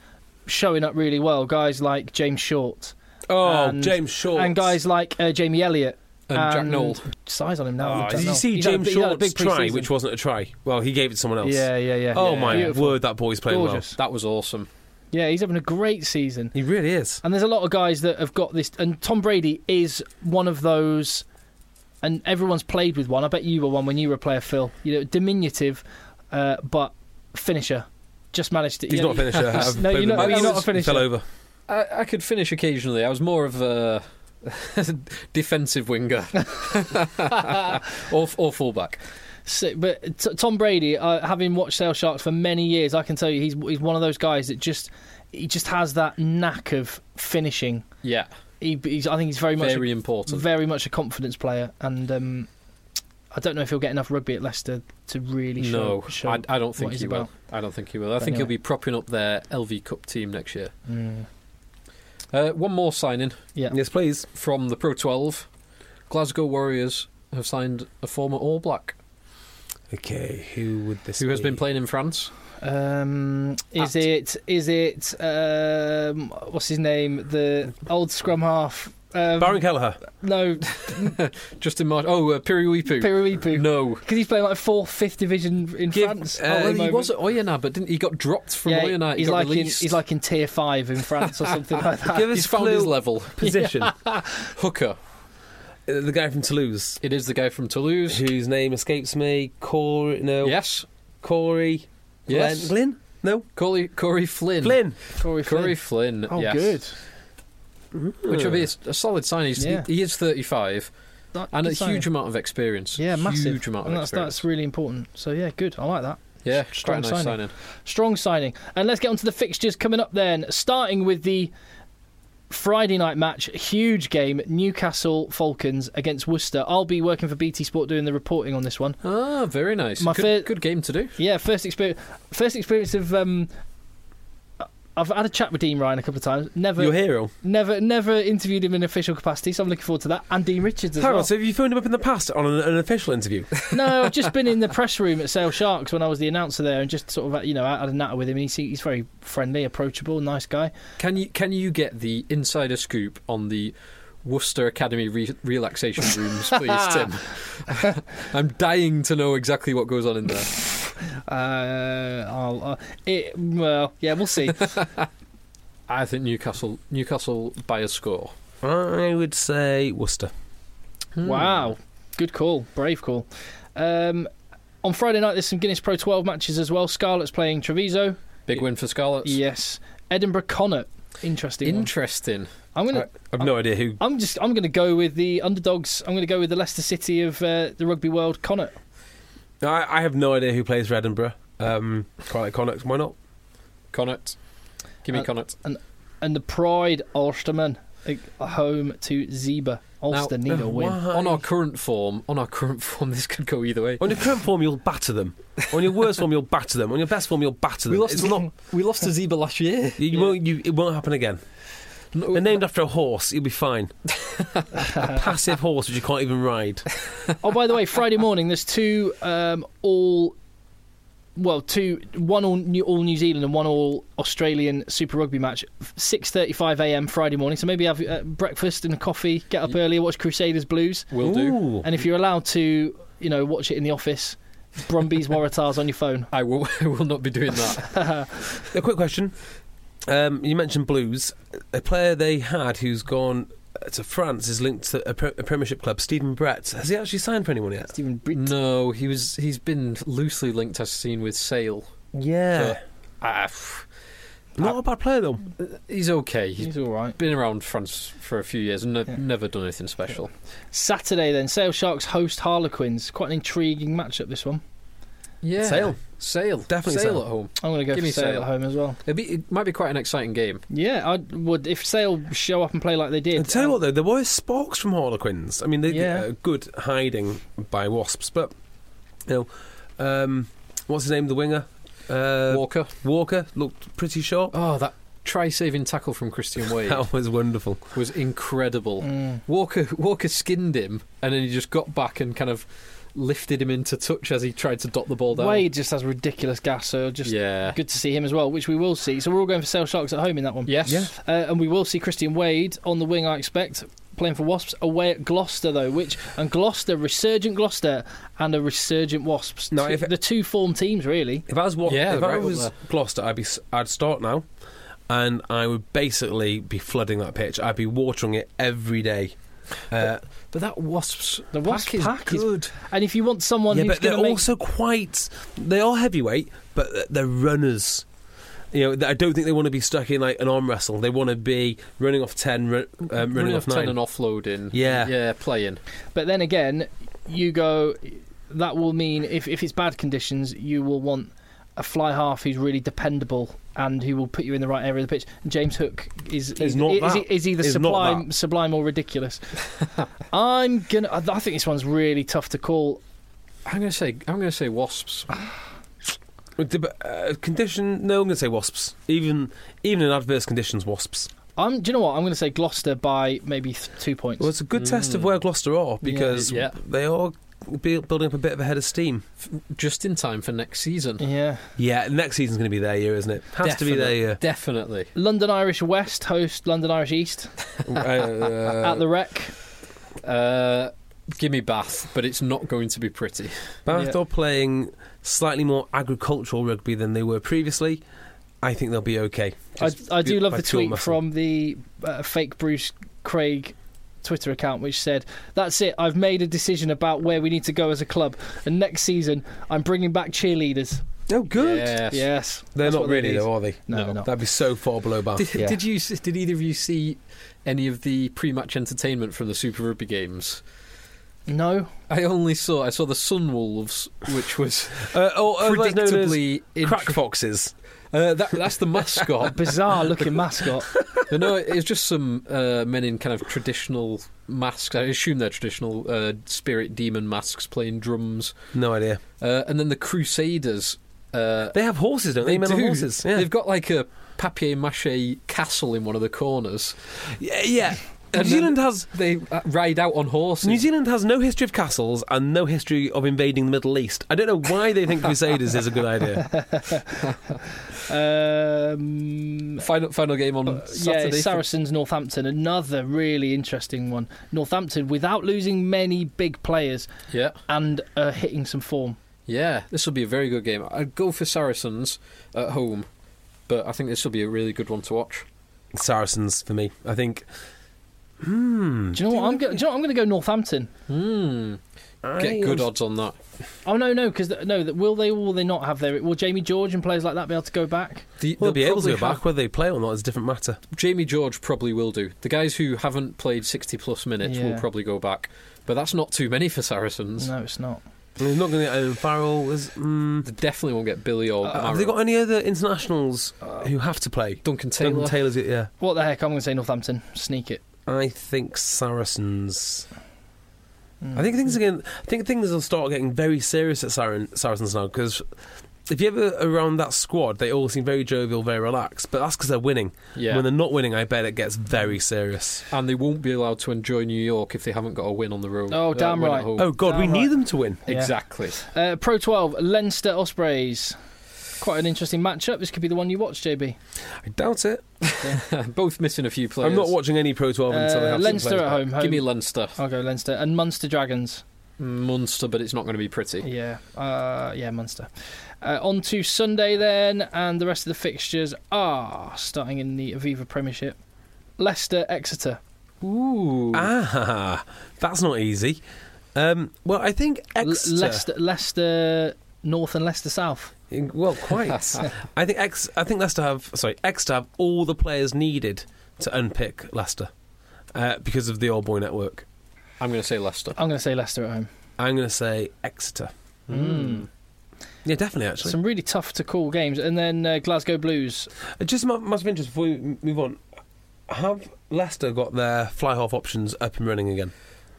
B: showing up really well. Guys like James Short
D: Oh,
B: And-
D: James Short
B: and guys like uh, Jamie Elliott.
E: And Jack Noel.
B: Size on him now.
D: Oh,
B: Jack
D: did you
B: Noel.
D: see
B: He's had a
D: James
B: big- he's had a big
D: Short's try,
B: preseason.
D: which wasn't a try? Well, he gave it to someone else.
B: Yeah, yeah, yeah.
D: Oh
B: yeah,
D: my
B: beautiful.
D: word, that boy's playing
B: Gorgeous.
D: well.
E: That was awesome.
B: Yeah, he's having a great season.
D: He really is.
B: And there's a lot of guys that have got this, and Tom Brady is one of those. And everyone's played with one. I bet you were one when you were a player, Phil. You know, diminutive, uh, but finisher. Just managed to.
D: He's
B: you
D: not a
B: know,
D: finisher. I've
B: No,
D: played
B: you're
D: with
B: not-
D: him.
B: you're not a
D: He
B: finisher.
D: Fell over.
E: I, I could finish occasionally. I was more of a defensive winger or, or fullback.
B: so- but t- Tom Brady, uh, having watched Sale Sharks for many years, I can tell you he's he's one of those guys that just he just has that knack of finishing.
E: Yeah,
B: He, he's, I think he's very much a
E: very important.
B: very much a confidence player, and um, I don't know if he'll get enough rugby at Leicester to really show.
E: no,
B: show
E: I, I don't think
B: he's
E: he
B: about.
E: will. I don't think he will. I
B: But
E: think he'll
B: anyway.
E: be propping up their LV Cup team next year. Uh, one more signing
B: yeah.
D: Yes, please.
E: from the Pro 12. Glasgow Warriors have signed a former All Black
D: Okay, who would this
E: who has been
D: playing?
E: playing in France.
B: Um, is
E: At-
B: it is it um, what's his name? The old scrum half. Um,
D: Baron Kelleher.
B: no,
E: Justin Marsh. Oh, uh, Piriwipu.
B: Piriwipu.
E: No.
B: because he's playing like fourth, fifth division in
D: Give-
B: France.
D: uh,
B: at the
E: well, he
B: moment.
E: was at Oyonnax, but didn't he got dropped from
B: Yeah,
E: Oyonnax? He
B: he's
E: got
B: like in,
E: released.
B: he's like in tier five in France or something like that.
D: Give
E: he's
D: us
E: found his
D: clue.
E: level.
D: Position. Uh,
E: Hooker.
D: the guy from Toulouse,
E: It is the guy from Toulouse.
D: whose name escapes me. Corey. No.
E: Yes.
D: Corey.
E: Yes.
D: Glenn. Glenn?
E: Corey, Corey Flynn.
D: No. Flynn.
B: Corey
E: Corey
B: Flynn.
E: Flynn.
B: Oh,
E: yes.
B: good.
E: Which would be a, s- a solid sign. He's,
B: Yeah.
E: he, he is 35
B: That-
E: and a
B: good sign.
E: huge amount of experience.
B: Yeah, massive.
E: Huge amount of
B: and that's,
E: experience.
B: that's really important. So yeah, good. I like that.
E: yeah,
B: strong
E: quite a nice
B: signing.
E: signing.
B: Strong signing. And let's get on to the fixtures coming up then, starting with the Friday night match, huge game, Newcastle Falcons against Worcester. I'll be working for BT Sport doing the reporting on this one.
E: Ah, very nice.
B: My
E: good,
B: fir-
E: good game to do.
B: Yeah, first experience first experience of um I've had a chat with Dean Ryan a couple of times. Never
D: Your hero.
B: never never interviewed him in official capacity, so I'm looking forward to that. And Dean Richards as
D: Hang
B: well.
D: on, so have you phoned him up in the past on an, an official interview?
B: No, I've just been in the press room at Sale Sharks when I was the announcer there, and just sort of you know I had a natter with him. And he's he's very friendly, approachable, nice guy.
E: Can you can you get the insider scoop on the Worcester Academy re- relaxation rooms, please, Tim? I'm dying to know exactly what goes on in there.
B: Uh, I'll, uh, it, well, yeah, we'll see.
E: I think Newcastle Newcastle by a score.
D: I would say Worcester.
B: wow, good call, brave call. Um, on Friday night, there's some Guinness Pro 12 matches as well. Scarlett's playing Treviso.
E: Big win for Scarlets.
B: Yes, Edinburgh Connacht. Interesting. one.
E: Interesting.
B: I'm gonna.
D: I, I've no idea who.
B: I'm just. I'm gonna go with the underdogs. I'm gonna go with the Leicester City of uh, the Rugby World Connacht.
D: I, I have no idea who plays for Edinburgh. Um, quite like Connacht. Why not?
E: Connacht. Give me
B: Uh,
E: Connacht.
B: and the Pride Ulsterman uh, home to Zebra. Ulster
E: Now-
B: need a win.
E: On our current form, on our current form, this could go either way.
D: On your current form, you'll batter them. On your worst form, you'll batter them. On your best form, you'll batter them. it's not.
E: we lost to Zebra last year.
D: You, you won't, you, it won't happen again. They're named after a horse. You'll be fine. a passive horse which you can't even ride.
B: oh, by the way, Friday morning there's two um, all, well, two one all New, all New Zealand and one all Australian Super Rugby match, six thirty-five a.m. Friday morning. So maybe have uh, breakfast and a coffee, get up earlier, watch Crusaders Blues,
E: Will do.
D: Ooh.
B: and if you're allowed to, you know, watch it in the office. Brumbies Waratahs on your phone.
E: I will. I will not be doing that.
D: A quick question. Um, you mentioned Blues. A player they had who's gone uh, to France is linked to a, pre- a Premiership club, Stephen Brett. Has he actually signed for anyone yet?
B: Stephen Britt.
D: Mm.
E: no, he was. He's been loosely linked, as seen with Sale.
D: Yeah.
E: I,
D: Not a bad player though.
E: ah, He's okay. He's
B: He's all right.
E: been around France for a few years and ne- never done anything special.
B: Saturday then, Sale Sharks host Harlequins. Quite an intriguing matchup this one.
E: Yeah,
D: Sale.
E: Sale,
D: Definitely
E: Sale,
D: Sale.
E: at home.
B: I'm going to go
E: Give
B: for
E: me
B: Sale,
E: Sale.
B: at home as well.
E: It'd be, it might be quite an exciting game.
B: Yeah, I would if Sale show up and play like they did.
D: And tell you what though, there were sparks from Harlequins. I mean, they
B: Yeah.
D: uh, good hiding by Wasps, but you know, um, what's his name? The winger, uh,
E: Walker.
D: Walker looked pretty sharp.
E: Oh, that try-saving tackle from Christian Wade
D: That was wonderful.
E: was incredible.
B: Mm.
E: Walker Walker skinned him, and then he just got back and kind of lifted him into touch as he tried to dot the ball down.
B: Wade just has ridiculous gas, so just
E: Yeah.
B: good to see him as well, which we will see. So we're all going for Sale Sharks at home in that one.
E: Yes. Yeah.
B: Uh, and we will see Christian Wade on the wing, I expect, playing for Wasps away at Gloucester, though, which, and Gloucester, resurgent Gloucester and a resurgent Wasps.
D: No,
B: Two-
D: if it-
B: the two form teams, really.
D: If I was Wa-
E: Yeah,
D: if
E: right
D: I
E: up
D: was
E: there.
D: Gloucester, I'd be s- I'd start now, and I would basically be flooding that pitch. I'd be watering it every day. Uh,
E: But that Wasps
B: The Wasps
E: pack is
B: pack is-
E: good.
B: And if you want someone
D: yeah,
B: who's
D: but they're
B: going to make
D: also quite. They are heavyweight, but th- they're runners. You know, th- I don't think they want to be stuck in like an arm wrestle. They want to be running off ten, ru- um, running,
E: Running
D: off,
E: off ten
D: nine.
E: and offloading.
D: Yeah.
E: yeah, playing.
B: But then again, you go. That will mean if, if it's bad conditions, you will want a fly half who's really dependable and who will put you in the right area of the pitch. James Hook is is,
D: not
B: is,
D: that.
B: is either
D: Is not
B: sublime,
D: that.
B: sublime or ridiculous. I'm gonna. I I think this one's really tough to call.
E: I'm gonna say I'm gonna say Wasps.
D: With the- but, uh, condition? No, I'm going to say wasps. Even even in adverse conditions, wasps.
B: I'm. Do you know what? I'm going to say Gloucester by maybe th- two points.
D: Well, it's a good test of where Gloucester are because
E: Yeah.
D: they are be- building up a bit of a head of steam.
E: Just in time for next season.
B: yeah.
D: Yeah, next season's going to be their year, isn't it? Has to be their year.
E: Definitely.
B: London Irish West host London Irish East
D: Uh,
B: at the Rec.
E: Uh, give me Bath, but it's not going to be pretty.
D: Bath
B: Yeah.
D: are playing slightly more agricultural rugby than they were previously. I think they'll be okay.
B: I,
D: Just
B: I do
D: by
B: love the
D: pure
B: tweet
D: muscle.
B: from the uh, fake Bruce Craig Twitter account, which said, "That's it. I've made a decision about where we need to go as a club, and next season I'm bringing back cheerleaders."
D: Oh, good.
E: Yes.
B: Yes,
D: They're
B: that's
D: not
B: what they
D: really,
B: need.
D: though, are they?
B: No, they're not.
D: That'd be so far below Bath.
E: Did,
B: Yeah.
E: did you? s- Did either of you see any of the pre-match entertainment from the Super Rugby games?
B: No,
E: I only saw I saw the Sunwolves, which was
D: uh, or otherwise known as
E: predictably
D: crack
E: intro-
D: foxes.
E: uh, that, that's the mascot.
B: bizarre looking mascot.
E: no, no, it's just some uh, men in kind of traditional masks. I assume they're traditional uh, spirit demon masks playing drums,
D: No idea.
E: uh, and then the Crusaders. Uh,
D: They have horses, don't they? men on
E: do.
D: horses. Yeah.
E: They've got like a papier mâché castle in one of the corners.
D: yeah, yeah. New
E: And then-
D: Zealand has
E: They uh, ride out on horses.
D: New Zealand has no history of castles and no history of invading the Middle East. I don't know why they think Crusaders is a good idea.
B: Um,
E: Final final game
D: Uh,
E: on
B: yeah,
E: Saturday.
B: it's Saracens Northampton, another really interesting one. Northampton without losing many big players
E: yeah,
B: and uh, hitting some form.
E: yeah. This will be a very good game. I'd go for Saracens at home, but I think this will be a really good one to watch.
D: Saracens for me. I think. Hmm.
B: Do you know what? I'm go- do you know what? I'm going to go Northampton.
E: Hmm.
D: I
E: Get good
D: am-
E: odds on that.
B: Oh no, no, because no, that will they or will they not have their? Will Jamie George and players like that be able to go back?
E: The,
D: Well, they'll be able to
E: probably
D: go back.
E: have-
D: Whether they play or not is a different matter.
E: Jamie George probably will do. The guys who haven't played sixty plus minutes
B: Yeah.
E: will probably go back, but that's not too many for Saracens.
B: No, it's not.
D: He's not going to get Owen Farrell. Is, mm,
E: They definitely won't get Billy or
D: uh, have they
E: Marrow.
D: got any other internationals uh, who have to play?
E: Duncan Taylor.
D: Duncan Taylor's, yeah.
B: What the heck? I'm going to say Northampton. Sneak it.
D: I think Saracens. I think
B: Mm.
D: things again. I think things will start getting very serious at Saren, Saracens now because if you ever around that squad, they all seem very jovial, very relaxed. But that's because they're winning.
E: Yeah.
D: When they're not winning, I bet it gets very serious.
E: and they won't be allowed to enjoy New York if they haven't got a win on the road.
B: Oh, damn
E: win at
B: right.
E: home.
D: Oh God, we
B: Downright.
D: need them to win.
B: Yeah.
E: exactly.
B: Uh, Pro 12, Leinster Ospreys. Quite an interesting matchup. This could be the one you watch, JB.
D: I doubt it.
E: Both missing a few players.
D: I'm not watching any Pro 12 until I
B: Uh,
D: have some
B: Leinster
D: players
B: at
D: back.
B: home. Uh, home.
E: Give me Leinster, Mm,
B: I'll go Leinster and Munster Dragons.
E: Munster, but it's not going to be pretty.
B: Yeah, uh, yeah, Munster. Uh, on to Sunday then, and the rest of the fixtures are starting in the Aviva Premiership. Leicester Exeter.
E: Ooh,
D: Ah, that's not easy. Um, well, I think
B: L-
D: Exeter.
B: Leicester, Leicester North and Leicester South.
D: In- Well, quite. I think X. I think Leicester have sorry Exeter have all the players needed to unpick Leicester uh, because of the old boy network.
E: I'm going to say Leicester.
B: I'm going to say Leicester at home.
D: I'm going to say Exeter.
E: Hmm.
D: Yeah, definitely. Actually,
B: Some really tough to call games, and then uh, Glasgow Blues.
D: Uh, just mu- much of interest before we m- move on. Have Leicester got their fly half options up and running again?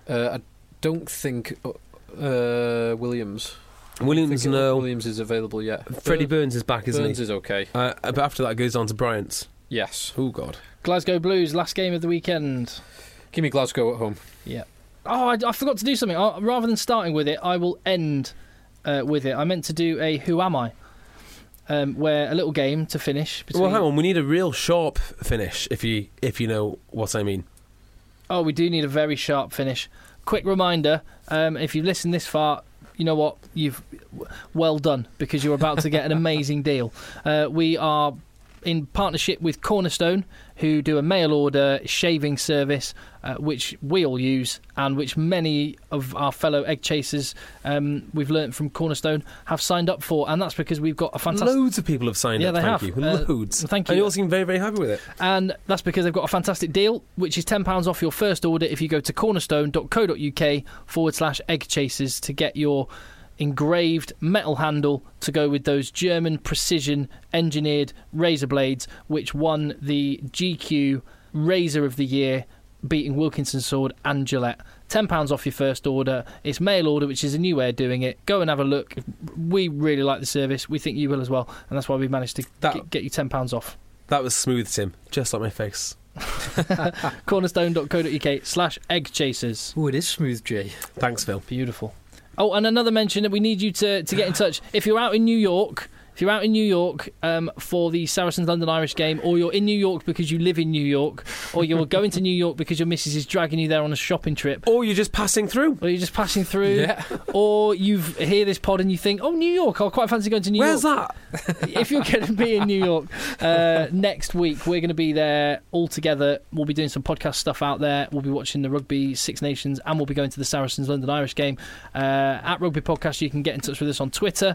E: Uh, I don't think uh, Williams. I
D: Williams,
E: think
D: no.
E: Williams is available yet.
D: Freddie
E: Burns,
D: Burns is back, isn't
E: Burns
D: he?
E: is okay.
D: uh, but after that, it goes on to Bryant's.
E: Yes.
D: Oh God.
B: Glasgow Blues, last game of the weekend.
E: Give me Glasgow at home.
B: Yeah. Oh, I, I forgot to do something. I, rather than starting with it, I will end uh, with it. I meant to do a Who Am I? Um, where a little game to finish. Between...
D: Well, hang on. We need a real sharp finish if you if you know what I mean.
B: Oh, we do need a very sharp finish. Quick reminder: um, if you've listened this far, you know what you've well done because you're about to get an amazing deal. Uh, we are in partnership with Cornerstone, who do a mail order shaving service, uh, which we all use and which many of our fellow egg chasers um, we've learnt from Cornerstone have signed up for, and that's because we've got a fantastic.
D: Loads of people have signed
B: Yeah,
D: up.
B: they
D: thank
B: have.
D: you.
B: Uh,
D: Loads.
B: thank
D: And
B: you.
D: you all seem very very happy with it.
B: and that's because they've got a fantastic deal, which is £10 off your first order if you go to cornerstone.co.uk forward slash egg chasers to get your engraved metal handle to go with those German precision engineered razor blades, which won the GQ Razor of the Year, beating Wilkinson Sword and Gillette. £10 off your first order. It's mail order, which is a new way of doing it. Go and have a look. We really like the service. We think you will as well. And that's why we managed to
D: That-
B: get- get you £10 off.
D: That was smooth, Tim. Just like my face.
B: cornerstone.co.uk slash egg chasers.
E: Oh, it is smooth, J.
D: Thanks, Phil.
B: Beautiful. Oh, and another mention that we need you to, to get in touch. If you're out in New York, if you're out in New York um, for the Saracens London Irish game, or you're in New York because you live in New York, or you're going to New York because your missus is dragging you there on a shopping trip,
D: Or you're just passing through.
B: or you're just passing through,
E: Yeah.
B: or you've hear this pod and you think, oh, New York, I quite fancy going to New York.
D: Where's that?
B: if you're going to be in New York uh, next week, we're going to be there all together. We'll be doing some podcast stuff out there. We'll be watching the Rugby Six Nations and we'll be going to the Saracens London Irish game. Uh, at Rugby Podcast, you can get in touch with us on Twitter.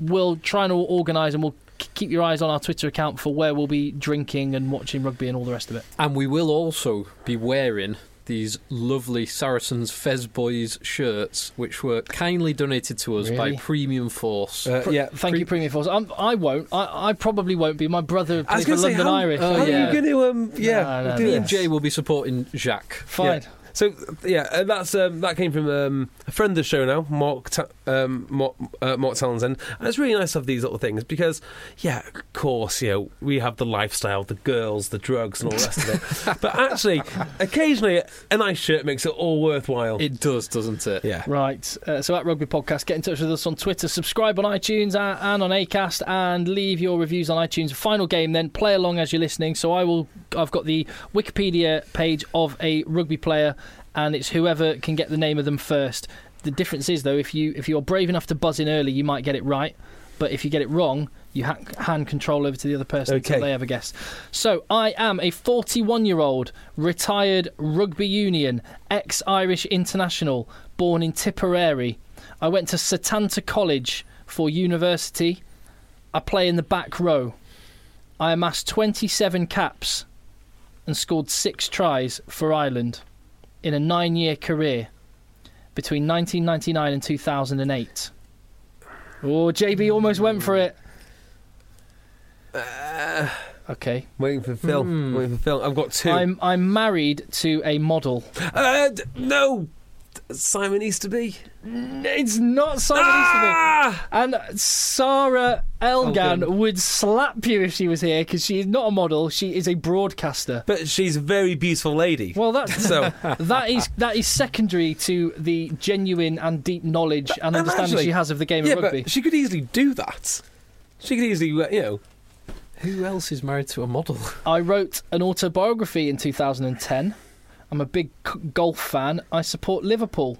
B: We'll try and all organise and we'll k- keep your eyes on our Twitter account for where we'll be drinking and watching rugby and all the rest of it.
E: And we will also be wearing these lovely Saracens Fez Boys shirts, which were kindly donated to us
B: Really?
E: by Premium Force.
D: Uh, yeah.
B: Thank you, Premium Force. I'm, I won't. I, I probably won't be. My brother
D: I
B: plays
D: was
B: for
D: going to say,
B: London
D: how,
B: Irish.
E: Oh,
D: how
E: yeah.
D: are you going to um, yeah,
B: No, no,
D: do
B: no. Yes.
D: this?
E: Jay will be supporting Jacques.
B: Fine.
D: Yeah. So yeah, uh, that's um, that came from um, a friend of the show now, Mark Ta- um, Mark, uh, Mark Townsend, and it's really nice to have these little things because yeah, of course you know we have the lifestyle, the girls, the drugs, and all the rest of it. But actually, occasionally a nice shirt makes it all worthwhile.
E: It does, doesn't it?
D: yeah,
B: Right. Uh, so at Rugby Podcast, get in touch with us on Twitter, subscribe on iTunes a- and on Acast, and leave your reviews on iTunes. Final game, then play along as you're listening. So I will. I've got the Wikipedia page of a rugby player, and it's whoever can get the name of them first. The difference is though, if you if you're brave enough to buzz in early, you might get it right. But if you get it wrong, you ha- hand control over to the other person until
D: Okay.
B: they have a guess. So I am a 41 year old retired rugby union ex Irish international born in Tipperary. I went to Satanta College for university. I play in the back row. I amassed 27 caps and scored six tries for Ireland in a nine year career between 1999 and 2008. Oh, JB almost went for it. Okay.
D: waiting for Phil, waiting for Phil. I've got 2
B: Hmm. I'm I'm married to a model.
D: Uh, d- no, Simon Easterby.
B: It's not Simon
D: Ah! Oh,
B: Easterby. And Sarah Elgan
E: Elgan.
B: would slap you if she was here because she is not a model. She is a broadcaster.
D: But she's a very beautiful lady.
B: Well, that's
D: so
B: that is that is secondary to the genuine and deep knowledge and
D: Um,
B: understanding
D: actually,
B: she has of the game
D: yeah,
B: of rugby.
D: But she could easily do that. She could easily, uh, you know.
E: Who else is married to a model?
B: I wrote an autobiography in 2010. I'm a big c- golf fan. I support Liverpool.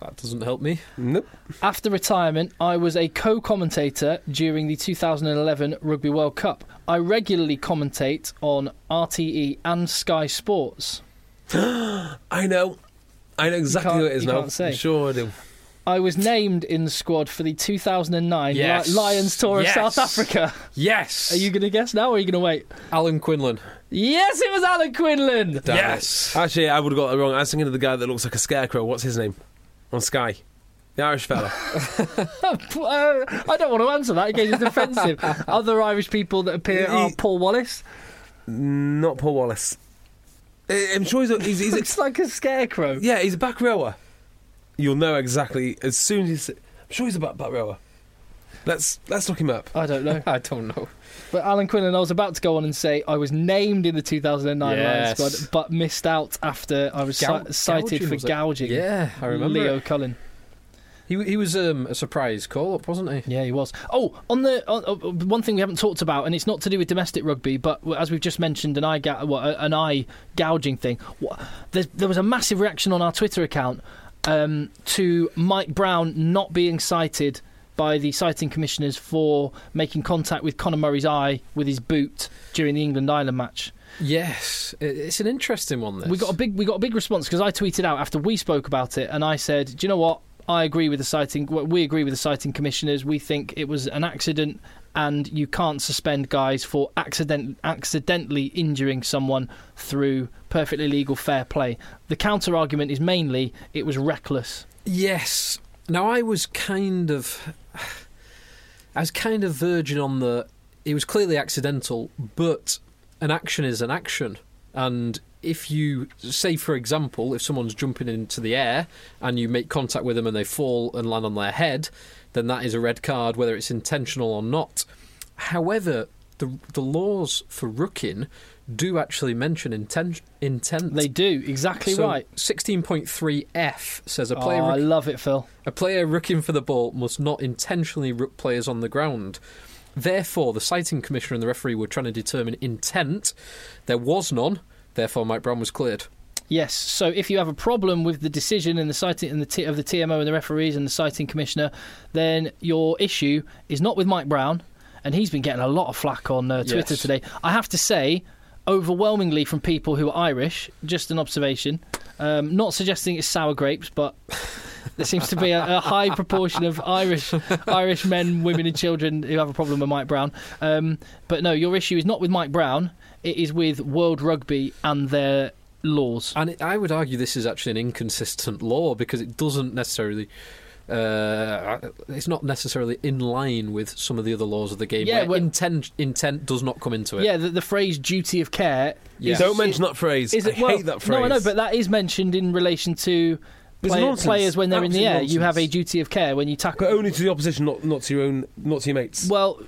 E: That doesn't help me.
D: Nope.
B: After retirement, I was a co commentator during the 2011 Rugby World Cup. I regularly commentate on RTE and Sky Sports.
D: I know. I know exactly
B: can't-
D: what it is
B: you
D: now.
B: can't say.
D: Sure I do.
B: I was named in the squad for the 2009 Li-
E: Yes.
B: Lions Tour of
E: Yes.
B: South Africa.
E: Yes.
B: Are you going to guess now or are you going to wait?
E: Alan Quinlan?
B: Yes, it was Alan Quinlan.
D: Damn it.
E: Yes.
D: Actually, I would have got that wrong. I was thinking of the guy that looks like a scarecrow. What's his name? On Sky. The Irish fella.
B: Uh, I don't want to answer that in case it's offensive. Other Irish people that appear are Paul Wallace.
D: Not Paul Wallace. I- I'm sure he's a, he's, he's a-
B: Looks like a scarecrow.
D: yeah, he's a back rower. You'll know exactly as soon as he's, I'm sure he's a back, back rower. Let's let's look him up.
B: I don't know.
E: I don't know.
B: But Alan Quinlan, I was about to go on and say I was named in the 2009
E: Yes.
B: Lions squad, but missed out after I was
E: Gou-
B: ci- cited
E: gouging,
B: for
E: was it?
B: gouging.
E: Yeah, I remember.
B: Leo
E: it.
B: Cullen.
E: He he was um, a surprise call up, wasn't he?
B: Yeah, he was. Oh, on the on, uh, one thing we haven't talked about, and it's not to do with domestic rugby, but as we've just mentioned, an eye ga- what, an eye gouging thing. What, there's, there was a massive reaction on our Twitter account um, to Mike Brown not being cited by the citing commissioners for making contact with Conor Murray's eye with his boot during the England Ireland match.
E: Yes, I- it's an interesting one. This
B: We got a big we got a big response because I tweeted out after we spoke about it, and I said, "Do you know what? I agree with the citing. well, We agree with the citing commissioners. We think it was an accident, and you can't suspend guys for accident accidentally injuring someone through perfectly legal fair play. The counter argument is mainly it was reckless.
E: yes. Now I was kind of, I was kind of verging on the. It was clearly accidental, but an action is an action, and if you say, for example, if someone's jumping into the air and you make contact with them and they fall and land on their head, then that is a red card, whether it's intentional or not. However, the the laws for rooking do actually mention inten- intent.
B: They do exactly
E: So,
B: right.
E: 16.3F says a
B: Oh,
E: player
B: I love it, Phil.
E: a player rooking for the ball must not intentionally rook players on the ground. Therefore, the citing commissioner and the referee were trying to determine intent. There was none. Therefore, Mike Brown was cleared.
B: Yes. So if you have a problem with the decision and the citing and the t- of the TMO and the referees and the citing commissioner, then your issue is not with Mike Brown, and he's been getting a lot of flack on uh, Twitter
E: Yes.
B: today. I have to say, overwhelmingly from people who are Irish. Just an observation. Um, not suggesting it's sour grapes, but there seems to be a, a high proportion of Irish Irish men, women, and children who have a problem with Mike Brown. Um, but no, your issue is not with Mike Brown. It is with World Rugby and their laws.
E: And it, I would argue this is actually an inconsistent law because it doesn't necessarily. Uh, it's not necessarily in line with some of the other laws of the game.
B: Yeah,
E: where
B: well-
E: intent intent does not come into it.
B: Yeah, the, the phrase "duty of care."
E: Yes.
D: Don't mention that phrase.
B: Is it,
D: I
B: well,
D: hate that phrase.
B: No, I know, but that is mentioned in relation to
D: It's
B: play-
D: nonsense.
B: players when they're in the
D: Absolute
B: air. You have a
D: nonsense.
B: duty of care when you tackle.
D: But only to the opposition, not not to your own, not to your mates.
B: Well,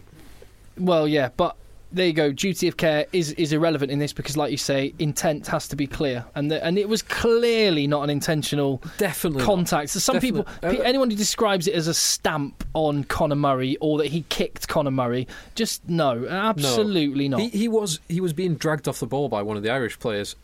B: well, yeah, but there you go. Duty of care is is irrelevant in this because, like you say, intent has to be clear, and the, and it was clearly not an intentional
E: definitely. not.
B: contact. So some
E: Definitely.
B: people, pe-
E: Uh,
B: anyone who describes it as a stamp on Conor Murray or that he kicked Conor Murray, just no, absolutely not.
E: He, he was he was being dragged off the ball by one of the Irish players.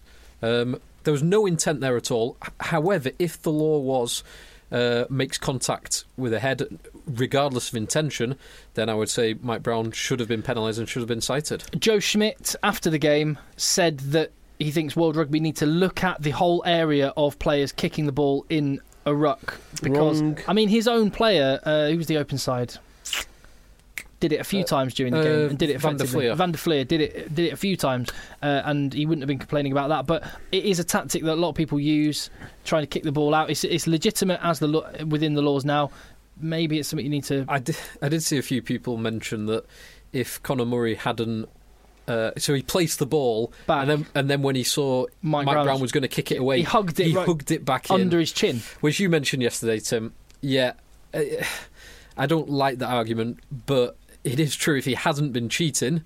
E: Um, there was no intent there at all. H- However, if the law was uh, makes contact with a head, regardless of intention, then I would say Mike Brown should have been penalised and should have been cited.
B: Joe Schmidt, after the game, said that he thinks World Rugby need to look at the whole area of players kicking the ball in a ruck because
D: Wrong.
B: I mean his own player, uh, who was the open side, did it a few times during the
E: uh,
B: game and did it
E: Van der
B: effectively.
E: Fleer.
B: Van der Fleer did it did it a few times, uh, and he wouldn't have been complaining about that. But it is a tactic that a lot of people use, trying to kick the ball out. It's, it's legitimate as the lo- within the laws now. Maybe it's something you need to.
E: I did, I did see a few people mention that if Conor Murray hadn't. Uh, so he placed the ball,
B: Back.
E: and then and then when he saw
B: Mike
E: Mike,
B: Brown-
E: Brown, was going to kick it away,
B: He hugged it
E: He
B: right
E: hugged it back in.
B: Under his chin,
E: which you mentioned yesterday, Tim. Yeah, I, I don't like that argument, but it is true. If he hasn't been cheating,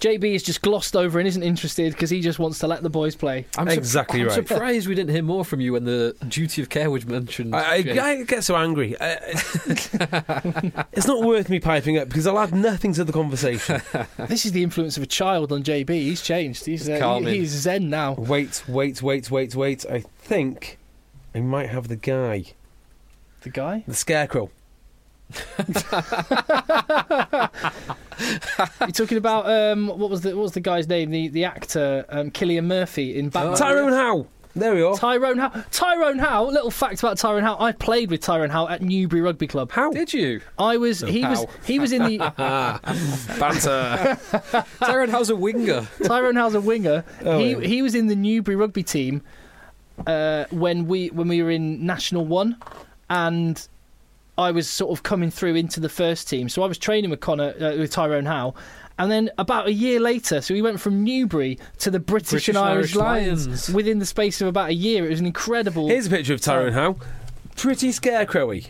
B: JB is just glossed over and isn't interested because he just wants to let the boys play.
E: I'm
D: Exactly
E: I'm
D: right.
E: surprised we didn't hear more from you when the duty of care was mentioned.
D: I,
E: Jay.
D: I, I get so angry. I- I- it's not worth me piping up because I'll add nothing to the conversation.
B: This is the influence of a child on JB. He's changed. He's uh, he-
E: Calming.
B: he's zen now.
D: wait, wait, wait, wait, wait. I think I might have the guy,
B: The guy.
D: the scarecrow.
B: You're talking
E: Oh,
B: about um, what was the what was the guy's name? The the actor um, Killian Murphy in Batman.
D: Tyrone Howe. There we are.
B: Tyrone Howe. Tyrone Howe. Little fact about Tyrone Howe. I played with Tyrone Howe at Newbury Rugby Club.
D: How
E: Did you?
B: I was. He was.
E: Howe.
B: He was in the.
D: banter?
E: Tyron Howe's a winger.
B: Tyrone Howe's a winger.
E: Oh,
B: he he was in the Newbury Rugby team uh, when we when we were in National One, and I was sort of coming through into the first team. So I was training with Connor uh, with Tyrone Howe. And then about a year later, so he went from Newbury to the British,
E: British
B: and
E: and
B: Irish,
E: Irish
B: Lions,
E: Lions.
B: within the space of about a year. It was an incredible.
D: Here's a picture of Tyrone Howe. Pretty scarecrowy.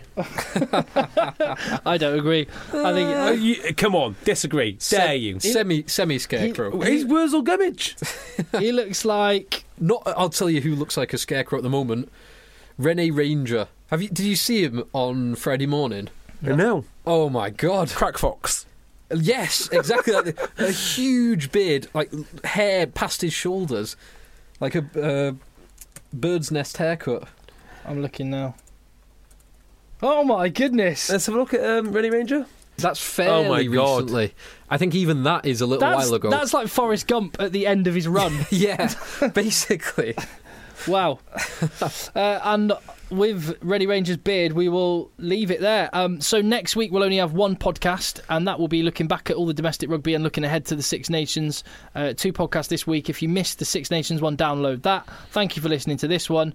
B: I don't agree. I think
E: Ah.
D: Oh,
E: Uh.
D: you- come on, disagree. Dare you?
E: Semi semi scarecrow.
D: He's Wurzel Gummidge.
B: he looks like
E: Not. I'll tell you who looks like a scarecrow at the moment. Rene Ranger. Have you? Did you see him on Friday morning?
D: No,
E: Oh my god.
D: crack fox.
E: Yes, exactly. like the- a huge beard, like hair past his shoulders, like a uh, bird's nest haircut.
B: I'm looking now. Oh my goodness!
D: Let's have a look at um, Rennie Ranger.
E: That's fairly
D: Oh God.
E: recently. I think even that is a little
B: that's,
E: while ago.
B: that's like Forrest Gump at the end of his run.
E: yeah, basically.
B: wow. Uh, and with Ready Ranger's beard, we will leave it there. Um, so next week we'll only have one podcast, and that will be looking back at all the domestic rugby and looking ahead to the Six Nations. Uh, two podcasts this week. If you missed the Six Nations one, download that. Thank you for listening to this one.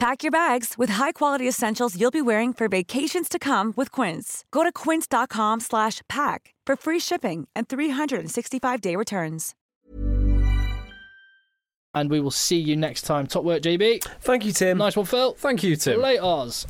A: Pack your bags with high-quality essentials you'll be wearing for vacations to come with Quince. Go to quince.com/pack slash pack for free shipping and 365-day returns.
B: And we will see you next time. Top work, JB.
D: Thank you, Tim. Um,
B: Nice one, Phil.
E: Thank you, Tim.
B: Late Oz.